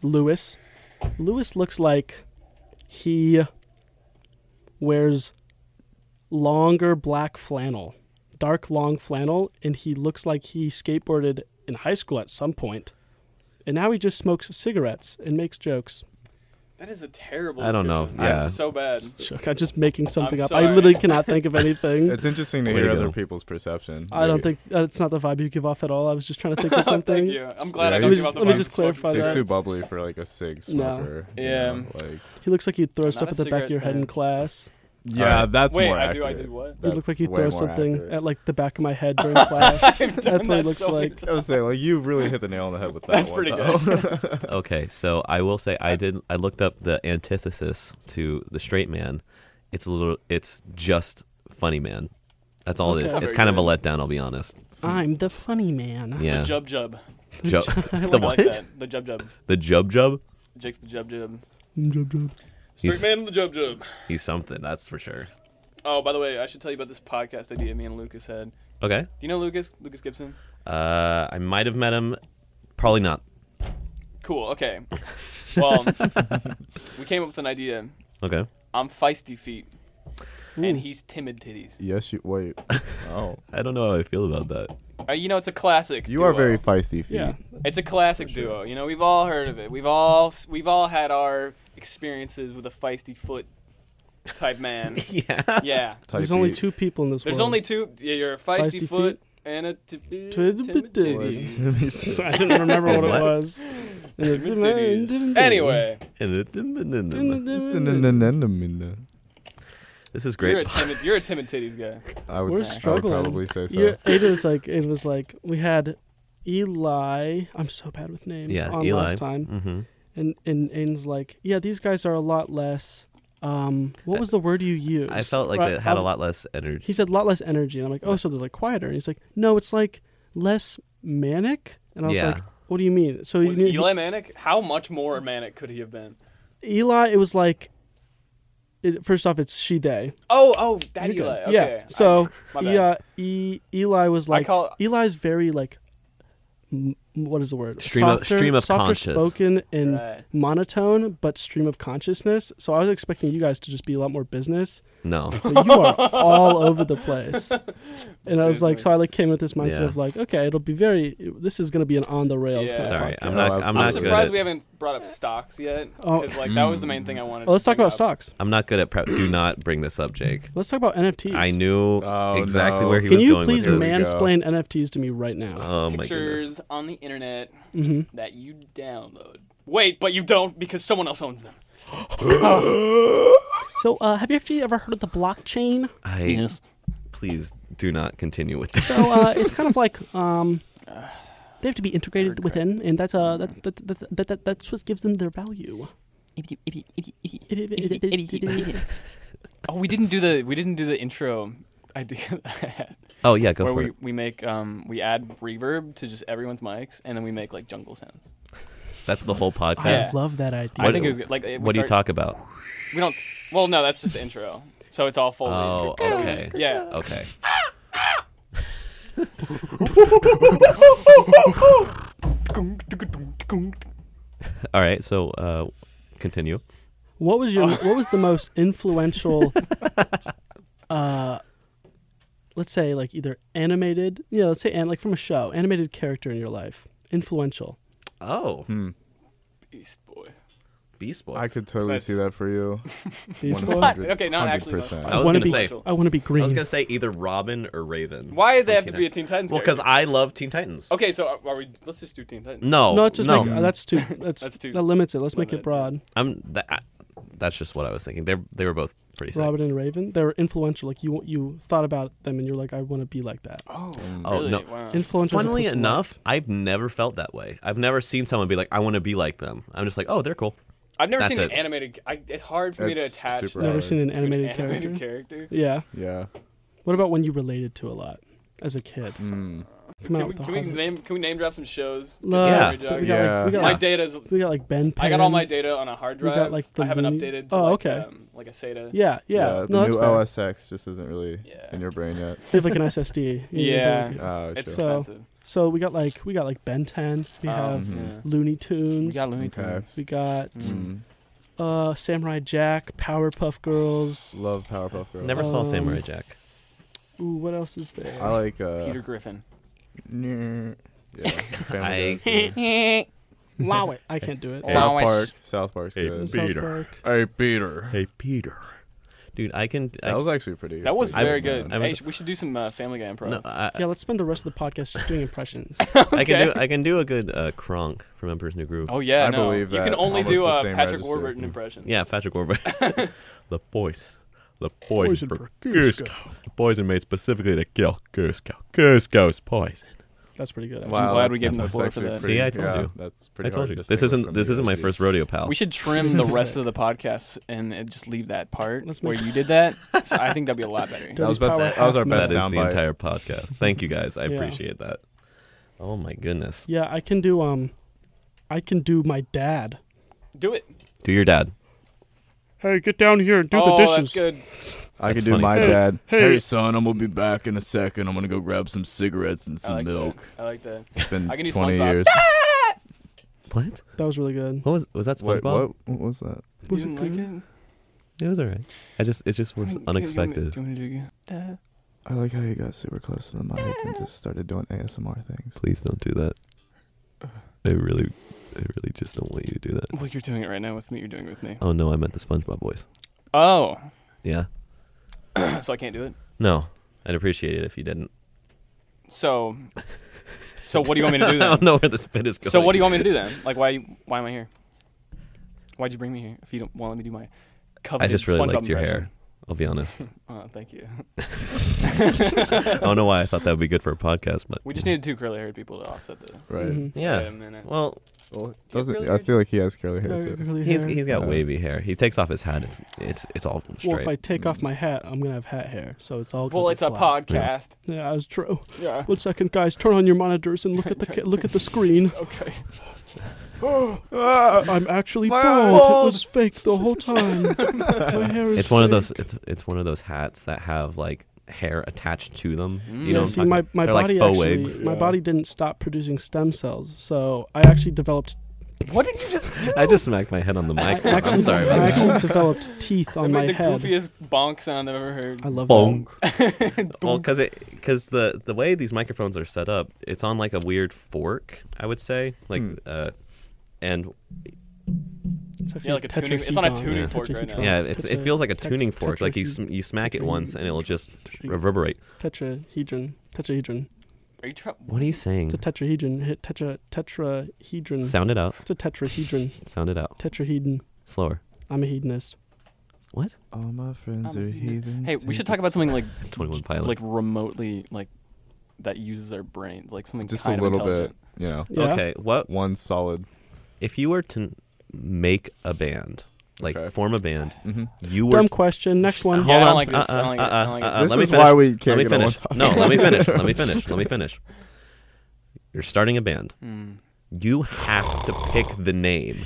Speaker 1: Lewis, Lewis looks like he wears longer black flannel, dark long flannel, and he looks like he skateboarded in high school at some point, and now he just smokes cigarettes and makes jokes.
Speaker 2: That is a terrible.
Speaker 3: I don't know.
Speaker 2: description.
Speaker 3: Yeah.
Speaker 2: That's so bad.
Speaker 1: Joke. I'm just making something up. I
Speaker 2: sorry.
Speaker 1: literally cannot think of anything.
Speaker 4: It's interesting to
Speaker 3: Way to
Speaker 4: hear
Speaker 3: go.
Speaker 4: other people's perception.
Speaker 1: I don't
Speaker 4: Maybe.
Speaker 1: think that's not the vibe you give off at all. I was just trying to think of something.
Speaker 2: Thank you. I'm glad
Speaker 4: Yeah,
Speaker 2: I don't
Speaker 4: he's-
Speaker 2: give out the
Speaker 4: let me
Speaker 2: vibes
Speaker 1: just
Speaker 2: of smoking
Speaker 1: clarify that.
Speaker 4: He's too
Speaker 2: cigarettes.
Speaker 4: bubbly for like a cig smoker. you
Speaker 2: Yeah.
Speaker 4: know, like
Speaker 1: He looks like he'd throw
Speaker 2: Not
Speaker 1: stuff
Speaker 2: a
Speaker 1: at the back of
Speaker 2: cigarette
Speaker 1: your head in
Speaker 2: fan.
Speaker 1: class.
Speaker 4: yeah,
Speaker 3: Alright.
Speaker 4: that's
Speaker 2: Wait,
Speaker 4: more
Speaker 2: I do. I
Speaker 4: accurate.
Speaker 2: do what?
Speaker 1: He looks like
Speaker 4: That's
Speaker 1: he'd
Speaker 4: way
Speaker 1: throw
Speaker 4: more
Speaker 1: something
Speaker 4: accurate.
Speaker 1: at like the back of my head during class.
Speaker 2: I've done
Speaker 1: That's what he
Speaker 2: that
Speaker 1: looks
Speaker 2: so many
Speaker 1: like.
Speaker 2: times.
Speaker 4: I was saying, like, you really hit the nail on the head with that
Speaker 2: That's
Speaker 4: one.
Speaker 2: pretty
Speaker 4: though.
Speaker 2: good.
Speaker 3: Okay, so I will say I did. I looked up the antithesis to the straight man. It's a little. It's just funny man. That's all
Speaker 1: Okay.
Speaker 3: it is.
Speaker 1: That's
Speaker 2: not
Speaker 3: It's
Speaker 2: very
Speaker 3: kind of a
Speaker 2: good.
Speaker 3: letdown. I'll be honest.
Speaker 1: I'm the funny man.
Speaker 3: Yeah.
Speaker 2: Jub jub.
Speaker 3: Jub.
Speaker 2: I
Speaker 3: the
Speaker 2: like
Speaker 3: what?
Speaker 2: that. The jub jub.
Speaker 3: The jub jub.
Speaker 2: Jake's the jub jub.
Speaker 1: Mm, Jub, jub.
Speaker 2: Straight
Speaker 3: He's-
Speaker 2: man in the jub jub.
Speaker 3: He's something. That's for sure.
Speaker 2: Oh, by the way, I should tell you about this podcast idea me and Lucas had. Do
Speaker 3: Okay.
Speaker 2: you know Lucas? Lucas Gibson.
Speaker 3: Uh, I might have met him. Probably not.
Speaker 2: Cool. Okay. Well, we came up with an idea.
Speaker 3: Okay.
Speaker 2: I'm feisty feet,
Speaker 1: Ooh.
Speaker 2: and he's timid titties.
Speaker 4: yes, you wait. Oh,
Speaker 3: I don't know how I feel about that.
Speaker 2: Uh, you know, it's a classic.
Speaker 4: you
Speaker 2: duo.
Speaker 4: are very feisty. Feet.
Speaker 1: Yeah.
Speaker 2: It's a classic duo. You know, we've all heard of it. We've all we've all had our experiences with a feisty foot type man.
Speaker 3: yeah.
Speaker 2: yeah.
Speaker 4: Type
Speaker 1: There's only
Speaker 4: beat.
Speaker 1: two people in this
Speaker 2: There's
Speaker 1: world.
Speaker 2: only two. Yeah, you're a feisty,
Speaker 1: Feisty
Speaker 2: foot and a t- timid
Speaker 1: Timid titty.
Speaker 2: titty.
Speaker 1: I didn't remember what, it
Speaker 3: What?
Speaker 1: was.
Speaker 2: Timid titties. Anyway,
Speaker 3: This is
Speaker 2: you're a
Speaker 3: great.
Speaker 2: timid. You're a timid titties guy.
Speaker 4: I would,
Speaker 1: We're
Speaker 4: I would
Speaker 1: struggling.
Speaker 4: probably say so.
Speaker 1: Yeah, it was like it was like we had Eli. I'm so bad with names.
Speaker 3: Yeah,
Speaker 1: on
Speaker 3: Eli.
Speaker 1: last time.
Speaker 3: hmm
Speaker 1: and and Aiden's like, yeah, these guys are a lot less. Um, what was the word you used?
Speaker 3: I felt like
Speaker 1: Right,
Speaker 3: that had a
Speaker 1: um,
Speaker 3: lot less energy.
Speaker 1: He said a lot less energy, and I'm like, oh, so they're like quieter. And he's like, no, it's like less manic. And I was
Speaker 3: Yeah.
Speaker 1: like, what do you mean? So
Speaker 2: Was
Speaker 1: you mean-
Speaker 2: Eli manic? How much more manic could he have been?
Speaker 1: Eli, it was like, it, first off, it's she they.
Speaker 2: Oh, oh, that
Speaker 1: You're good.
Speaker 2: Eli. Okay.
Speaker 1: Yeah. So
Speaker 2: I, my bad.
Speaker 1: yeah, e, Eli was
Speaker 2: I
Speaker 1: like
Speaker 2: call-
Speaker 1: Eli's very like, m- what is the word?
Speaker 3: Stream of- stream of
Speaker 1: softer
Speaker 3: conscious.
Speaker 1: spoken and
Speaker 2: Right.
Speaker 1: monotone, but stream of consciousness. So I was expecting you guys to just be a lot more business,
Speaker 3: No.
Speaker 1: but you are all over the place. And I was like, so
Speaker 2: Business.
Speaker 1: I like came with this mindset
Speaker 3: Yeah.
Speaker 1: of like, okay, it'll be very. This is going to be an on the rails.
Speaker 2: Yeah.
Speaker 1: kind of
Speaker 3: Sorry,
Speaker 1: podcast.
Speaker 3: I'm
Speaker 4: Oh,
Speaker 3: not. I'm
Speaker 4: absolutely.
Speaker 2: I'm
Speaker 3: not good.
Speaker 2: surprised
Speaker 3: At,
Speaker 2: we haven't brought up stocks yet.
Speaker 1: Oh.
Speaker 2: 'cause, like that was the main thing I wanted.
Speaker 1: Well, let's
Speaker 2: to
Speaker 1: talk
Speaker 2: bring
Speaker 1: about
Speaker 2: up.
Speaker 1: stocks.
Speaker 3: I'm not good at prep. Do not bring this up, Jake.
Speaker 1: Let's talk about NFTs.
Speaker 3: I knew
Speaker 4: Oh,
Speaker 3: exactly
Speaker 4: no.
Speaker 3: where he
Speaker 1: Can
Speaker 3: was
Speaker 1: you
Speaker 3: going
Speaker 1: please
Speaker 3: with this.
Speaker 4: man-
Speaker 1: mansplain NFTs to me right now?
Speaker 3: oh my goodness.
Speaker 2: Pictures on the internet
Speaker 1: hmm
Speaker 2: that you download. Wait, but you don't because someone else owns them.
Speaker 1: So, uh, have you actually ever heard of the blockchain?
Speaker 3: I please do not continue with this.
Speaker 1: So uh, it's kind of like um, they have to be integrated within, and that's uh, that, that, that, that, that, that's what gives them their value.
Speaker 2: Oh, we didn't do the we didn't do the intro idea
Speaker 3: Oh yeah, go
Speaker 2: where
Speaker 3: for
Speaker 2: we,
Speaker 3: it.
Speaker 2: we make um we add reverb to just everyone's mics and then we make like jungle sounds.
Speaker 3: That's the whole podcast.
Speaker 1: I
Speaker 2: Yeah.
Speaker 1: love that idea.
Speaker 2: I
Speaker 3: What-
Speaker 2: think it was good. like we
Speaker 3: What do you
Speaker 2: start-
Speaker 3: talk about?
Speaker 2: We don't. Well, no, that's just the intro. So it's all Foley.
Speaker 3: Oh, okay.
Speaker 2: Yeah.
Speaker 3: Okay. All right. So uh, continue.
Speaker 1: What was your what was the most influential uh let's say like either animated yeah, let's say and like from a show, animated character in your life. Influential.
Speaker 3: Oh,
Speaker 4: Hmm.
Speaker 2: Beast Boy.
Speaker 3: Beast Boy.
Speaker 4: I could totally
Speaker 2: That's-
Speaker 4: see that for you.
Speaker 1: Beast Boy?
Speaker 2: What? Okay, not actually.
Speaker 4: 100%.
Speaker 3: I was gonna
Speaker 1: wanna be,
Speaker 3: say.
Speaker 1: I wanna be green.
Speaker 3: I was gonna say either Robin or Raven.
Speaker 2: Why did
Speaker 3: from
Speaker 2: they have to
Speaker 3: Teen
Speaker 2: be a
Speaker 3: Titans.
Speaker 2: Teen Titans?
Speaker 3: Well, because
Speaker 2: character?
Speaker 3: I love Teen Titans.
Speaker 2: Okay, so uh, are- are we? Let's just do Teen Titans.
Speaker 3: No,
Speaker 1: no, it's just
Speaker 3: oh, no.
Speaker 1: make, uh, that's too that's,
Speaker 2: That's too
Speaker 1: that limits it. Let's make
Speaker 2: limited,
Speaker 1: it broad.
Speaker 3: I'm that, I- that's just what I was thinking. They they were both pretty sick.
Speaker 1: Robin and Raven, they were influential. Like you you thought about them and you're like I want to be like that.
Speaker 2: Oh,
Speaker 3: Oh,
Speaker 2: really?
Speaker 3: no.
Speaker 2: Wow.
Speaker 1: Influential as
Speaker 3: Funnily
Speaker 1: opposed to
Speaker 3: enough, I've never felt that way. I've never seen someone be like, "I want to be like them." I'm just like, "Oh, they're cool."
Speaker 2: I've never
Speaker 3: That's
Speaker 2: seen an
Speaker 3: it.
Speaker 2: animated. I, it's hard for me to
Speaker 4: That's
Speaker 2: attach.
Speaker 4: super
Speaker 1: liked. never
Speaker 4: Right.
Speaker 1: seen an
Speaker 2: to an
Speaker 1: animated, character.
Speaker 2: character.
Speaker 1: Yeah.
Speaker 4: Yeah.
Speaker 1: What about when you related to a lot as a kid?
Speaker 4: Mm.
Speaker 1: Come out
Speaker 2: Can we,
Speaker 1: with the
Speaker 2: can we
Speaker 1: Hobbit.
Speaker 2: name can we name drop some shows?
Speaker 1: Love-
Speaker 3: Yeah.
Speaker 2: Memory
Speaker 1: But
Speaker 2: jog.
Speaker 1: We got, like, we got,
Speaker 2: My
Speaker 1: like,
Speaker 3: Yeah.
Speaker 2: data's.
Speaker 1: we got like Ben. Penn.
Speaker 2: I got all my data on a hard
Speaker 1: We got,
Speaker 2: drive.
Speaker 1: like, the
Speaker 2: I haven't
Speaker 1: Looney-
Speaker 2: updated. To
Speaker 1: Oh,
Speaker 2: like,
Speaker 1: okay.
Speaker 2: Um, like a SATA.
Speaker 1: Yeah, yeah.
Speaker 4: The
Speaker 1: no, that's
Speaker 4: new
Speaker 1: fair.
Speaker 4: LSX just isn't really
Speaker 2: Yeah.
Speaker 4: in your brain yet.
Speaker 1: They have like an SSD. you know,
Speaker 2: Yeah.
Speaker 1: both of you.
Speaker 4: Oh,
Speaker 2: It's
Speaker 4: sure.
Speaker 1: So-
Speaker 2: expensive.
Speaker 1: So we got like we got like Ben 10. We
Speaker 2: Um,
Speaker 1: have
Speaker 4: Mhm.
Speaker 2: yeah.
Speaker 1: Looney Tunes.
Speaker 2: We got Looney
Speaker 4: Okay.
Speaker 2: Tunes.
Speaker 1: We got,
Speaker 4: Mm.
Speaker 1: uh, Samurai Jack, Powerpuff Girls.
Speaker 4: Love Powerpuff Girls.
Speaker 3: Never saw
Speaker 1: Um,
Speaker 3: Samurai Jack.
Speaker 1: Ooh, what else is there?
Speaker 4: I like uh,
Speaker 2: Peter Griffin.
Speaker 4: Yeah.
Speaker 3: I-
Speaker 4: Family Guy's good.
Speaker 1: Wow, it. I can't do it.
Speaker 3: Hey.
Speaker 4: South
Speaker 2: Sandwich.
Speaker 4: Park. South Park's
Speaker 3: Hey,
Speaker 4: good.
Speaker 1: South
Speaker 3: Peter.
Speaker 1: Park.
Speaker 4: Hey, Peter.
Speaker 3: Hey, Peter. Dude, I can. I,
Speaker 4: That was actually pretty.
Speaker 2: That was
Speaker 4: pretty
Speaker 2: very
Speaker 4: man.
Speaker 2: good.
Speaker 3: I
Speaker 2: Hey,
Speaker 3: was-
Speaker 2: sh- we should do some uh, Family Guy improv.
Speaker 3: no, I,
Speaker 1: Yeah, let's spend the rest of the podcast just doing impressions.
Speaker 3: I can do.
Speaker 2: Okay.
Speaker 3: I can do a good uh, Kronk from Emperor's New Groove.
Speaker 2: Oh yeah,
Speaker 4: I
Speaker 2: no.
Speaker 4: believe
Speaker 2: you
Speaker 4: that.
Speaker 2: can only
Speaker 4: Almost
Speaker 2: do
Speaker 4: the
Speaker 2: uh,
Speaker 4: same
Speaker 2: Patrick
Speaker 4: register.
Speaker 2: Warburton impression.
Speaker 3: Yeah, Patrick Warburton. the boys, the boys
Speaker 1: Poison for Goose Goose.
Speaker 3: poison made specifically to kill Goose Cow. Goose Cow's poison.
Speaker 1: That's pretty good.
Speaker 4: Wow,
Speaker 2: glad
Speaker 4: that-
Speaker 2: we gave him the
Speaker 4: that's
Speaker 2: floor for
Speaker 4: actually
Speaker 2: that.
Speaker 4: pretty-
Speaker 3: See, I told
Speaker 4: yeah,
Speaker 3: you.
Speaker 4: That's pretty.
Speaker 3: I told
Speaker 4: hard
Speaker 3: you
Speaker 4: to
Speaker 3: this
Speaker 4: distinguish
Speaker 3: isn't
Speaker 4: from
Speaker 3: this
Speaker 4: the
Speaker 3: isn't my
Speaker 4: OG.
Speaker 3: first rodeo, pal.
Speaker 2: We should trim the rest of the podcast and uh, just leave that part
Speaker 1: Let's
Speaker 2: where
Speaker 1: make-
Speaker 2: you did that. So I think that'd be a lot better.
Speaker 4: That was
Speaker 1: Dirty
Speaker 4: best.
Speaker 1: Power
Speaker 4: That was our
Speaker 1: Half
Speaker 3: that
Speaker 4: best
Speaker 3: is
Speaker 1: Mess.
Speaker 3: the
Speaker 4: soundbite.
Speaker 3: entire podcast. Thank you guys. I
Speaker 1: Yeah.
Speaker 3: appreciate that. Oh my goodness.
Speaker 1: Yeah, I can do um, I can do my dad.
Speaker 2: Do it.
Speaker 3: Do your dad.
Speaker 1: Hey, get down here and do
Speaker 2: oh,
Speaker 1: the
Speaker 2: that's
Speaker 1: dishes.
Speaker 2: good.
Speaker 4: I
Speaker 3: That's
Speaker 4: could do
Speaker 3: funny.
Speaker 4: my
Speaker 3: Hey,
Speaker 4: dad.
Speaker 1: hey.
Speaker 4: son, I'm gonna be back in a second. I'm gonna go grab some cigarettes and
Speaker 2: I like That. I like that.
Speaker 4: It's been
Speaker 2: I can do
Speaker 4: 20
Speaker 2: SpongeBob.
Speaker 4: years.
Speaker 3: What?
Speaker 1: That was really good.
Speaker 3: What was was that SpongeBob?
Speaker 4: Wait, what? What was that?
Speaker 2: You
Speaker 1: Was it
Speaker 2: didn't like
Speaker 1: good?
Speaker 2: it?
Speaker 3: It was alright. I just it just was
Speaker 2: Okay,
Speaker 3: unexpected.
Speaker 2: Do you want me do you want me to do it again?
Speaker 4: I like how you got super close to the mic and just started doing ASMR things.
Speaker 3: Please don't do that. I really I really just don't want you to do that.
Speaker 2: Well, you're doing it right now with me. You're doing it with me.
Speaker 3: Oh no, I meant the SpongeBob voice.
Speaker 2: Oh,
Speaker 3: Yeah.
Speaker 2: so I can't do it.
Speaker 3: No. I'd appreciate it if you didn't.
Speaker 2: So, so what do you want me to do
Speaker 3: I don't
Speaker 2: then?
Speaker 3: know where the spit is going.
Speaker 2: so what do you want me to do then? Like why? Why am I here? Why'd you bring me here if you don't want to let me do my
Speaker 3: I
Speaker 2: coveted
Speaker 3: just really
Speaker 2: SpongeBob
Speaker 3: liked your
Speaker 2: impression?
Speaker 3: hair. I'll be honest.
Speaker 2: Oh, thank you.
Speaker 3: I don't know why I thought that would be good for a podcast, but
Speaker 2: We just needed two curly haired people to offset the.
Speaker 4: Right.
Speaker 1: Mhm.
Speaker 3: Yeah.
Speaker 2: Wait a minute.
Speaker 3: Well,
Speaker 4: Well, Mm-hmm. doesn't
Speaker 2: really
Speaker 4: I feel like he has curly hair
Speaker 1: Very
Speaker 4: too?
Speaker 1: curly
Speaker 3: he's
Speaker 1: hair.
Speaker 3: he's got
Speaker 4: Yeah.
Speaker 3: wavy hair. He takes off his hat. It's it's it's all straight.
Speaker 1: Well, if I take off my hat, I'm gonna have hat hair, so it's all. gonna
Speaker 2: Mm-hmm. Well,
Speaker 1: be
Speaker 2: it's a
Speaker 1: flat.
Speaker 2: podcast.
Speaker 1: Yeah, that's true.
Speaker 2: Yeah.
Speaker 1: One second, guys, turn on your monitors and look at the ca- look at the screen.
Speaker 2: Okay.
Speaker 3: Oh, ah!
Speaker 1: I'm actually
Speaker 4: My
Speaker 1: bald. It was
Speaker 4: eyeballs.
Speaker 1: fake the whole time. my hair is.
Speaker 3: it's one of
Speaker 1: fake.
Speaker 3: those it's it's one of those hats that have like hair attached to them.
Speaker 2: Mm.
Speaker 3: You know,
Speaker 1: yeah,
Speaker 3: what I'm
Speaker 1: see,
Speaker 3: talking
Speaker 1: my,
Speaker 3: about?
Speaker 1: my
Speaker 3: They're
Speaker 1: body
Speaker 3: like faux
Speaker 1: actually,
Speaker 3: wigs.
Speaker 1: my
Speaker 4: Yeah.
Speaker 1: body didn't stop producing stem cells, so I actually developed.
Speaker 2: What did you just do?
Speaker 3: I just smacked my head on the
Speaker 1: I
Speaker 3: mic. I'm
Speaker 1: actually,
Speaker 3: sorry about
Speaker 1: I
Speaker 3: that.
Speaker 1: actually developed teeth
Speaker 2: I
Speaker 1: on
Speaker 2: made
Speaker 1: my
Speaker 2: the
Speaker 1: head.
Speaker 2: goofiest bonk sound I've ever heard.
Speaker 1: I love
Speaker 3: Bonk.
Speaker 1: that.
Speaker 3: Well, because it because the the way these microphones are set up, it's on like a weird fork. I would say like
Speaker 4: Hmm.
Speaker 3: uh, and
Speaker 1: It's actually
Speaker 2: Yeah, like a tuning- it's on a
Speaker 1: tetrahedron.
Speaker 3: tuning
Speaker 2: fork right
Speaker 1: Tetrahedron.
Speaker 2: Oh. now.
Speaker 3: yeah, it's
Speaker 1: It's
Speaker 3: it
Speaker 1: a
Speaker 3: feels like a
Speaker 1: tex-
Speaker 3: tuning fork. Like you
Speaker 1: tetrahe-
Speaker 3: sm- you smack it once and it'll just
Speaker 1: tetrahedron.
Speaker 3: reverberate.
Speaker 1: Tetrahedron. Tetrahedron.
Speaker 2: Are you trying?
Speaker 3: What are you saying?
Speaker 1: It's a tetrahedron. Hit tetra tetrahedron.
Speaker 3: Sound it out.
Speaker 1: It's a tetrahedron.
Speaker 3: Sound it out.
Speaker 1: Tetrahedon.
Speaker 3: Slower.
Speaker 1: I'm a hedonist.
Speaker 4: All my friends
Speaker 2: I'm
Speaker 4: are
Speaker 2: a penis.
Speaker 4: heathens.
Speaker 2: Hey, we should talk about something like
Speaker 3: Twenty One Pilots.
Speaker 2: like remotely like that uses our brains, like something
Speaker 4: Just a
Speaker 2: kind
Speaker 4: little
Speaker 2: of
Speaker 4: bit,
Speaker 2: intelligent.
Speaker 4: you know,
Speaker 1: Yeah.
Speaker 3: Okay, what
Speaker 4: one solid.
Speaker 3: if you were to make a band, like
Speaker 4: Okay.
Speaker 3: form a band?
Speaker 4: Mm-hmm.
Speaker 3: You were
Speaker 1: Dumb question. Next one.
Speaker 3: Hold
Speaker 2: Yeah, I don't
Speaker 3: on.
Speaker 2: like this. I
Speaker 3: Uh, uh,
Speaker 2: don't like it. I don't like
Speaker 3: uh,
Speaker 2: it.
Speaker 3: uh,
Speaker 4: this
Speaker 3: let me
Speaker 4: is
Speaker 3: finish.
Speaker 4: why we
Speaker 3: let
Speaker 4: can't
Speaker 3: me
Speaker 4: get on one
Speaker 3: finish.
Speaker 4: topic.
Speaker 3: No, let me finish. Let me finish. Let me finish. You're starting a band.
Speaker 2: Mm.
Speaker 3: You have to pick the name.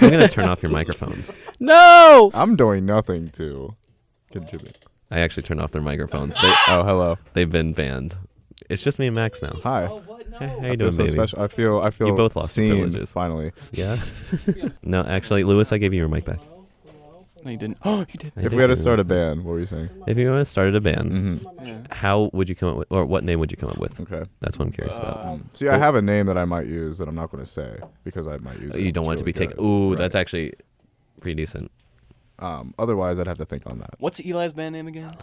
Speaker 3: I'm gonna turn off your microphones.
Speaker 1: No.
Speaker 4: I'm doing nothing to contribute.
Speaker 3: I actually turned off their microphones. They,
Speaker 4: Oh, hello.
Speaker 3: they've been banned. It's just me and Max now.
Speaker 4: Hi.
Speaker 2: what
Speaker 3: Hey, how you
Speaker 4: I feel
Speaker 3: doing,
Speaker 4: so
Speaker 3: baby?
Speaker 4: special. I feel I feel
Speaker 3: both lost your
Speaker 4: seen
Speaker 3: privileges.
Speaker 4: finally.
Speaker 3: Yeah. no, actually, Lewis, I gave you your mic back.
Speaker 2: No, you didn't. Oh, you did.
Speaker 3: I
Speaker 4: If
Speaker 3: did
Speaker 4: we had to
Speaker 3: give you-
Speaker 4: start a band, what were you saying?
Speaker 3: if you want to start a band,
Speaker 4: Mm-hmm.
Speaker 2: Yeah.
Speaker 3: how would you come up with, or what name would you come up with?
Speaker 4: Okay.
Speaker 3: That's what I'm curious about.
Speaker 2: Um,
Speaker 4: See, I have a name that I might use that I'm not going to say because I might use. it.
Speaker 3: You don't
Speaker 4: It's
Speaker 3: want it to be
Speaker 4: really
Speaker 3: taken.
Speaker 4: good.
Speaker 3: Ooh,
Speaker 4: Right.
Speaker 3: that's actually pretty decent.
Speaker 4: Um, otherwise, I'd have to think on that.
Speaker 2: what's Eli's band name again?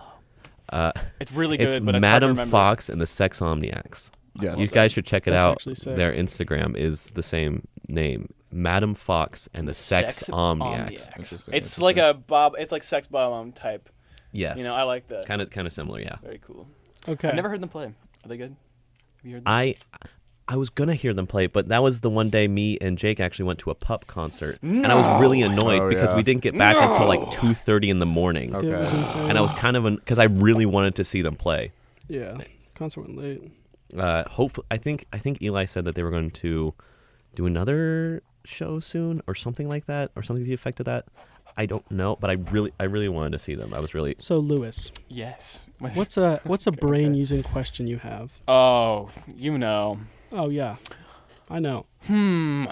Speaker 3: Uh,
Speaker 2: It's really good,
Speaker 3: it's
Speaker 2: but it's hard to
Speaker 3: Madam
Speaker 2: remember.
Speaker 3: Fox and the Sex Omniacs.
Speaker 4: Yes.
Speaker 3: You guys should check it
Speaker 1: That's
Speaker 3: out.
Speaker 1: actually sick.
Speaker 3: Their Instagram is the same name, Madam Fox and the Sex, Omniacs.
Speaker 4: Interesting,
Speaker 2: It's like a Bob. It's like sex Bob on type.
Speaker 3: Yes,
Speaker 2: You know, I like that.
Speaker 3: kind of kind of similar. Yeah,
Speaker 2: Very cool.
Speaker 1: Okay.
Speaker 2: I've never heard them play. Are they good? Have you heard them?
Speaker 3: I I was gonna hear them play, but that was the one day me and Jake actually went to a pup concert, and
Speaker 2: Mm.
Speaker 3: I was really annoyed
Speaker 4: Oh,
Speaker 3: because
Speaker 4: yeah.
Speaker 3: we didn't get back until like two thirty in the morning,
Speaker 1: Yeah, it was
Speaker 4: Okay.
Speaker 1: insane.
Speaker 3: and I was kind of because I really wanted to see them play.
Speaker 1: Yeah. Concert went late.
Speaker 3: Uh, hopefully, I think I think Eli said that they were going to do another show soon or something like that, or something to the effect of that. I don't know, but I really I really wanted to see them. I was really
Speaker 1: So Lewis,
Speaker 2: Yes.
Speaker 1: what's a what's a brain
Speaker 2: okay.
Speaker 1: using question you have?
Speaker 2: Oh, you know.
Speaker 1: Oh yeah. I know.
Speaker 2: Hmm.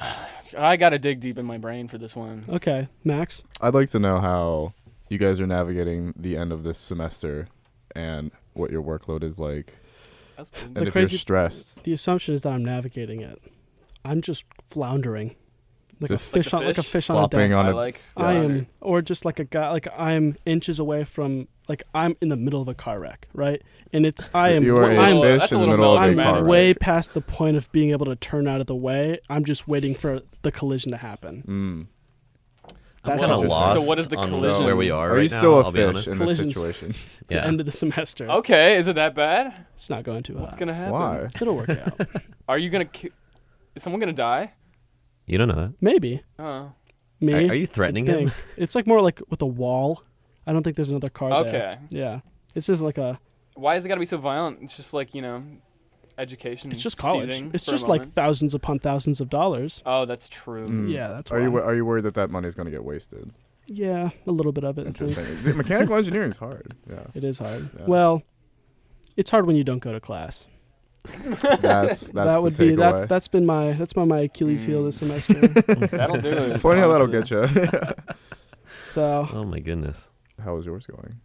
Speaker 2: I gotta dig deep in my brain for this one.
Speaker 1: Okay, Max.
Speaker 4: I'd like to know how you guys are navigating the end of this semester and what your workload is like,
Speaker 2: That's good.
Speaker 4: and if
Speaker 1: crazy-
Speaker 4: you're stressed.
Speaker 1: The assumption is that I'm navigating it. I'm just floundering. Like
Speaker 4: Just-
Speaker 1: a
Speaker 2: Like
Speaker 1: fish
Speaker 2: a
Speaker 1: on like a
Speaker 2: fish?
Speaker 1: fish on a
Speaker 4: Flopping
Speaker 1: deck.
Speaker 4: on
Speaker 2: I
Speaker 4: a-
Speaker 2: like.
Speaker 1: I
Speaker 4: Yes.
Speaker 1: am, or just like a guy, like I am inches away from, like I'm in the middle of a car wreck, right? And it's I am,
Speaker 4: you are a
Speaker 1: I'm,
Speaker 2: Well,
Speaker 4: fish
Speaker 2: that's a
Speaker 4: in the
Speaker 2: little
Speaker 4: middle of a
Speaker 1: I'm
Speaker 2: melodramatic.
Speaker 4: car.
Speaker 1: way
Speaker 4: wreck.
Speaker 1: past the point of being able to turn out of the way. I'm just waiting for the collision to happen.
Speaker 4: Mm.
Speaker 3: I'm
Speaker 1: That's
Speaker 3: kind of
Speaker 1: interesting.
Speaker 3: lost.
Speaker 2: So what is the
Speaker 3: on
Speaker 2: collision?
Speaker 3: Where we are?
Speaker 4: Are
Speaker 3: right
Speaker 4: you still
Speaker 3: now,
Speaker 4: a
Speaker 3: I'll be
Speaker 4: fish
Speaker 3: honest.
Speaker 4: in this
Speaker 1: Collisions.
Speaker 4: situation?
Speaker 3: Yeah.
Speaker 1: The end of the semester.
Speaker 2: Okay, is it that bad?
Speaker 1: It's not going too well.
Speaker 2: Oh. What's gonna happen?
Speaker 4: Why?
Speaker 1: It'll work out.
Speaker 2: Are you gonna? Ki- is someone gonna die?
Speaker 3: you don't know that.
Speaker 1: Maybe.
Speaker 2: Oh.
Speaker 1: Me.
Speaker 3: Are, are you
Speaker 1: I
Speaker 3: threatening him?
Speaker 1: think. It's like more like with a wall. I don't think there's another car there.
Speaker 2: Okay.
Speaker 1: Yeah. It's just like a.
Speaker 2: Why is it gotta be so violent? It's just like you know, education.
Speaker 1: It's just college.
Speaker 2: Hmm. seizing
Speaker 1: It's
Speaker 2: for a
Speaker 1: just like
Speaker 2: moment.
Speaker 1: thousands upon thousands of dollars.
Speaker 2: Oh, that's true.
Speaker 4: Mm.
Speaker 1: Yeah, that's
Speaker 4: Are you
Speaker 1: why.
Speaker 4: wo- are you worried that that money is going to get wasted?
Speaker 1: Yeah, a little bit of it. I think.
Speaker 4: Interesting. Is it- Mechanical engineering is hard. Yeah,
Speaker 1: It is hard.
Speaker 4: Yeah.
Speaker 1: Well, it's hard when you don't go to class.
Speaker 4: that's that's
Speaker 1: that would
Speaker 4: the
Speaker 1: be
Speaker 4: takeaway. Mm.
Speaker 1: that. That's been my that's been my Achilles heel this semester.
Speaker 2: That'll do it.
Speaker 4: Funny how that'll
Speaker 2: honestly.
Speaker 4: get you.
Speaker 1: so
Speaker 3: Oh my goodness.
Speaker 4: how is yours going?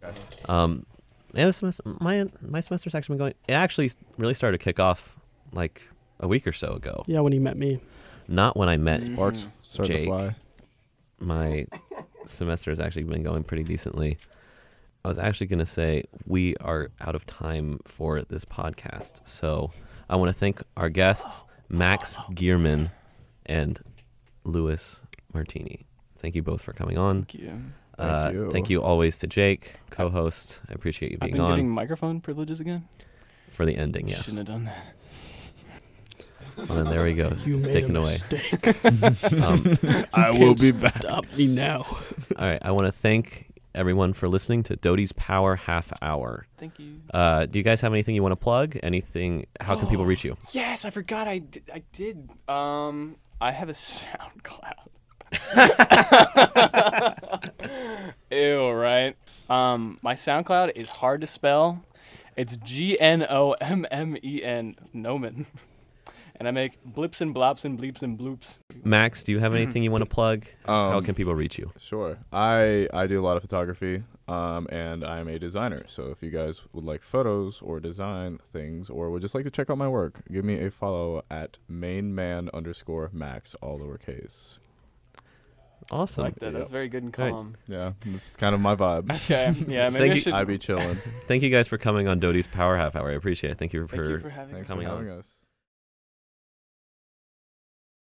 Speaker 3: Um, yeah, this semester, my my semester's actually been going. It actually really started to kick off like a week or so ago.
Speaker 1: yeah, when he met me,
Speaker 3: Not when I met
Speaker 2: Mm.
Speaker 4: Sparks starting
Speaker 3: Jake.
Speaker 4: to fly.
Speaker 3: my semester has actually been going pretty decently. I was actually going to say we are out of time for this podcast, so I want to thank our guests Max Gearman and Louis Martini. Thank you both for coming on.
Speaker 2: Thank you.
Speaker 4: Thank
Speaker 3: uh,
Speaker 4: you.
Speaker 3: Thank you always to Jake, co-host. I appreciate you
Speaker 2: I've
Speaker 3: being
Speaker 2: been
Speaker 3: on
Speaker 2: giving microphone privileges again.
Speaker 3: for the ending. Yes.
Speaker 2: Shouldn't have done that.
Speaker 3: Well, then there we go.
Speaker 1: you
Speaker 3: it's
Speaker 1: made
Speaker 3: taken
Speaker 1: a
Speaker 3: away.
Speaker 1: mistake.
Speaker 3: Um,
Speaker 4: I
Speaker 1: You
Speaker 4: will
Speaker 1: can't
Speaker 4: be back.
Speaker 1: Stop me now.
Speaker 3: all right. I want to thank everyone for listening to Doty's Power Half Hour.
Speaker 2: Thank you.
Speaker 3: Uh, do you guys have anything you want to plug? Anything? How can people reach you?
Speaker 2: Yes, I forgot. I did. I did. Um, I have a SoundCloud. Ew, right? Um, my SoundCloud is hard to spell. It's G N O M M E N Nomen, and I make blips and blops and bleeps and bloops.
Speaker 3: Max, do you
Speaker 2: Mm-hmm.
Speaker 3: have anything you want to plug? how
Speaker 4: Um,
Speaker 3: can people reach you?
Speaker 4: Sure. I I do a lot of photography, um, and I'm a designer. So if you guys would like photos or design things, or would just like to check out my work, give me a follow at mainman underscore max all lowercase.
Speaker 2: I
Speaker 3: Awesome.
Speaker 2: like that. That was very good and
Speaker 3: Alright.
Speaker 2: calm.
Speaker 4: Yeah, that's kind of my vibe.
Speaker 2: Okay. Yeah. Maybe
Speaker 3: Thank
Speaker 2: I
Speaker 3: you.
Speaker 2: should.
Speaker 4: I be chilling.
Speaker 3: Thank you guys for coming on Doty's Power Half Hour. I appreciate it. Thank you for,
Speaker 2: Thank you for having me.
Speaker 4: Thanks
Speaker 3: Coming
Speaker 4: for
Speaker 3: on.
Speaker 4: having us.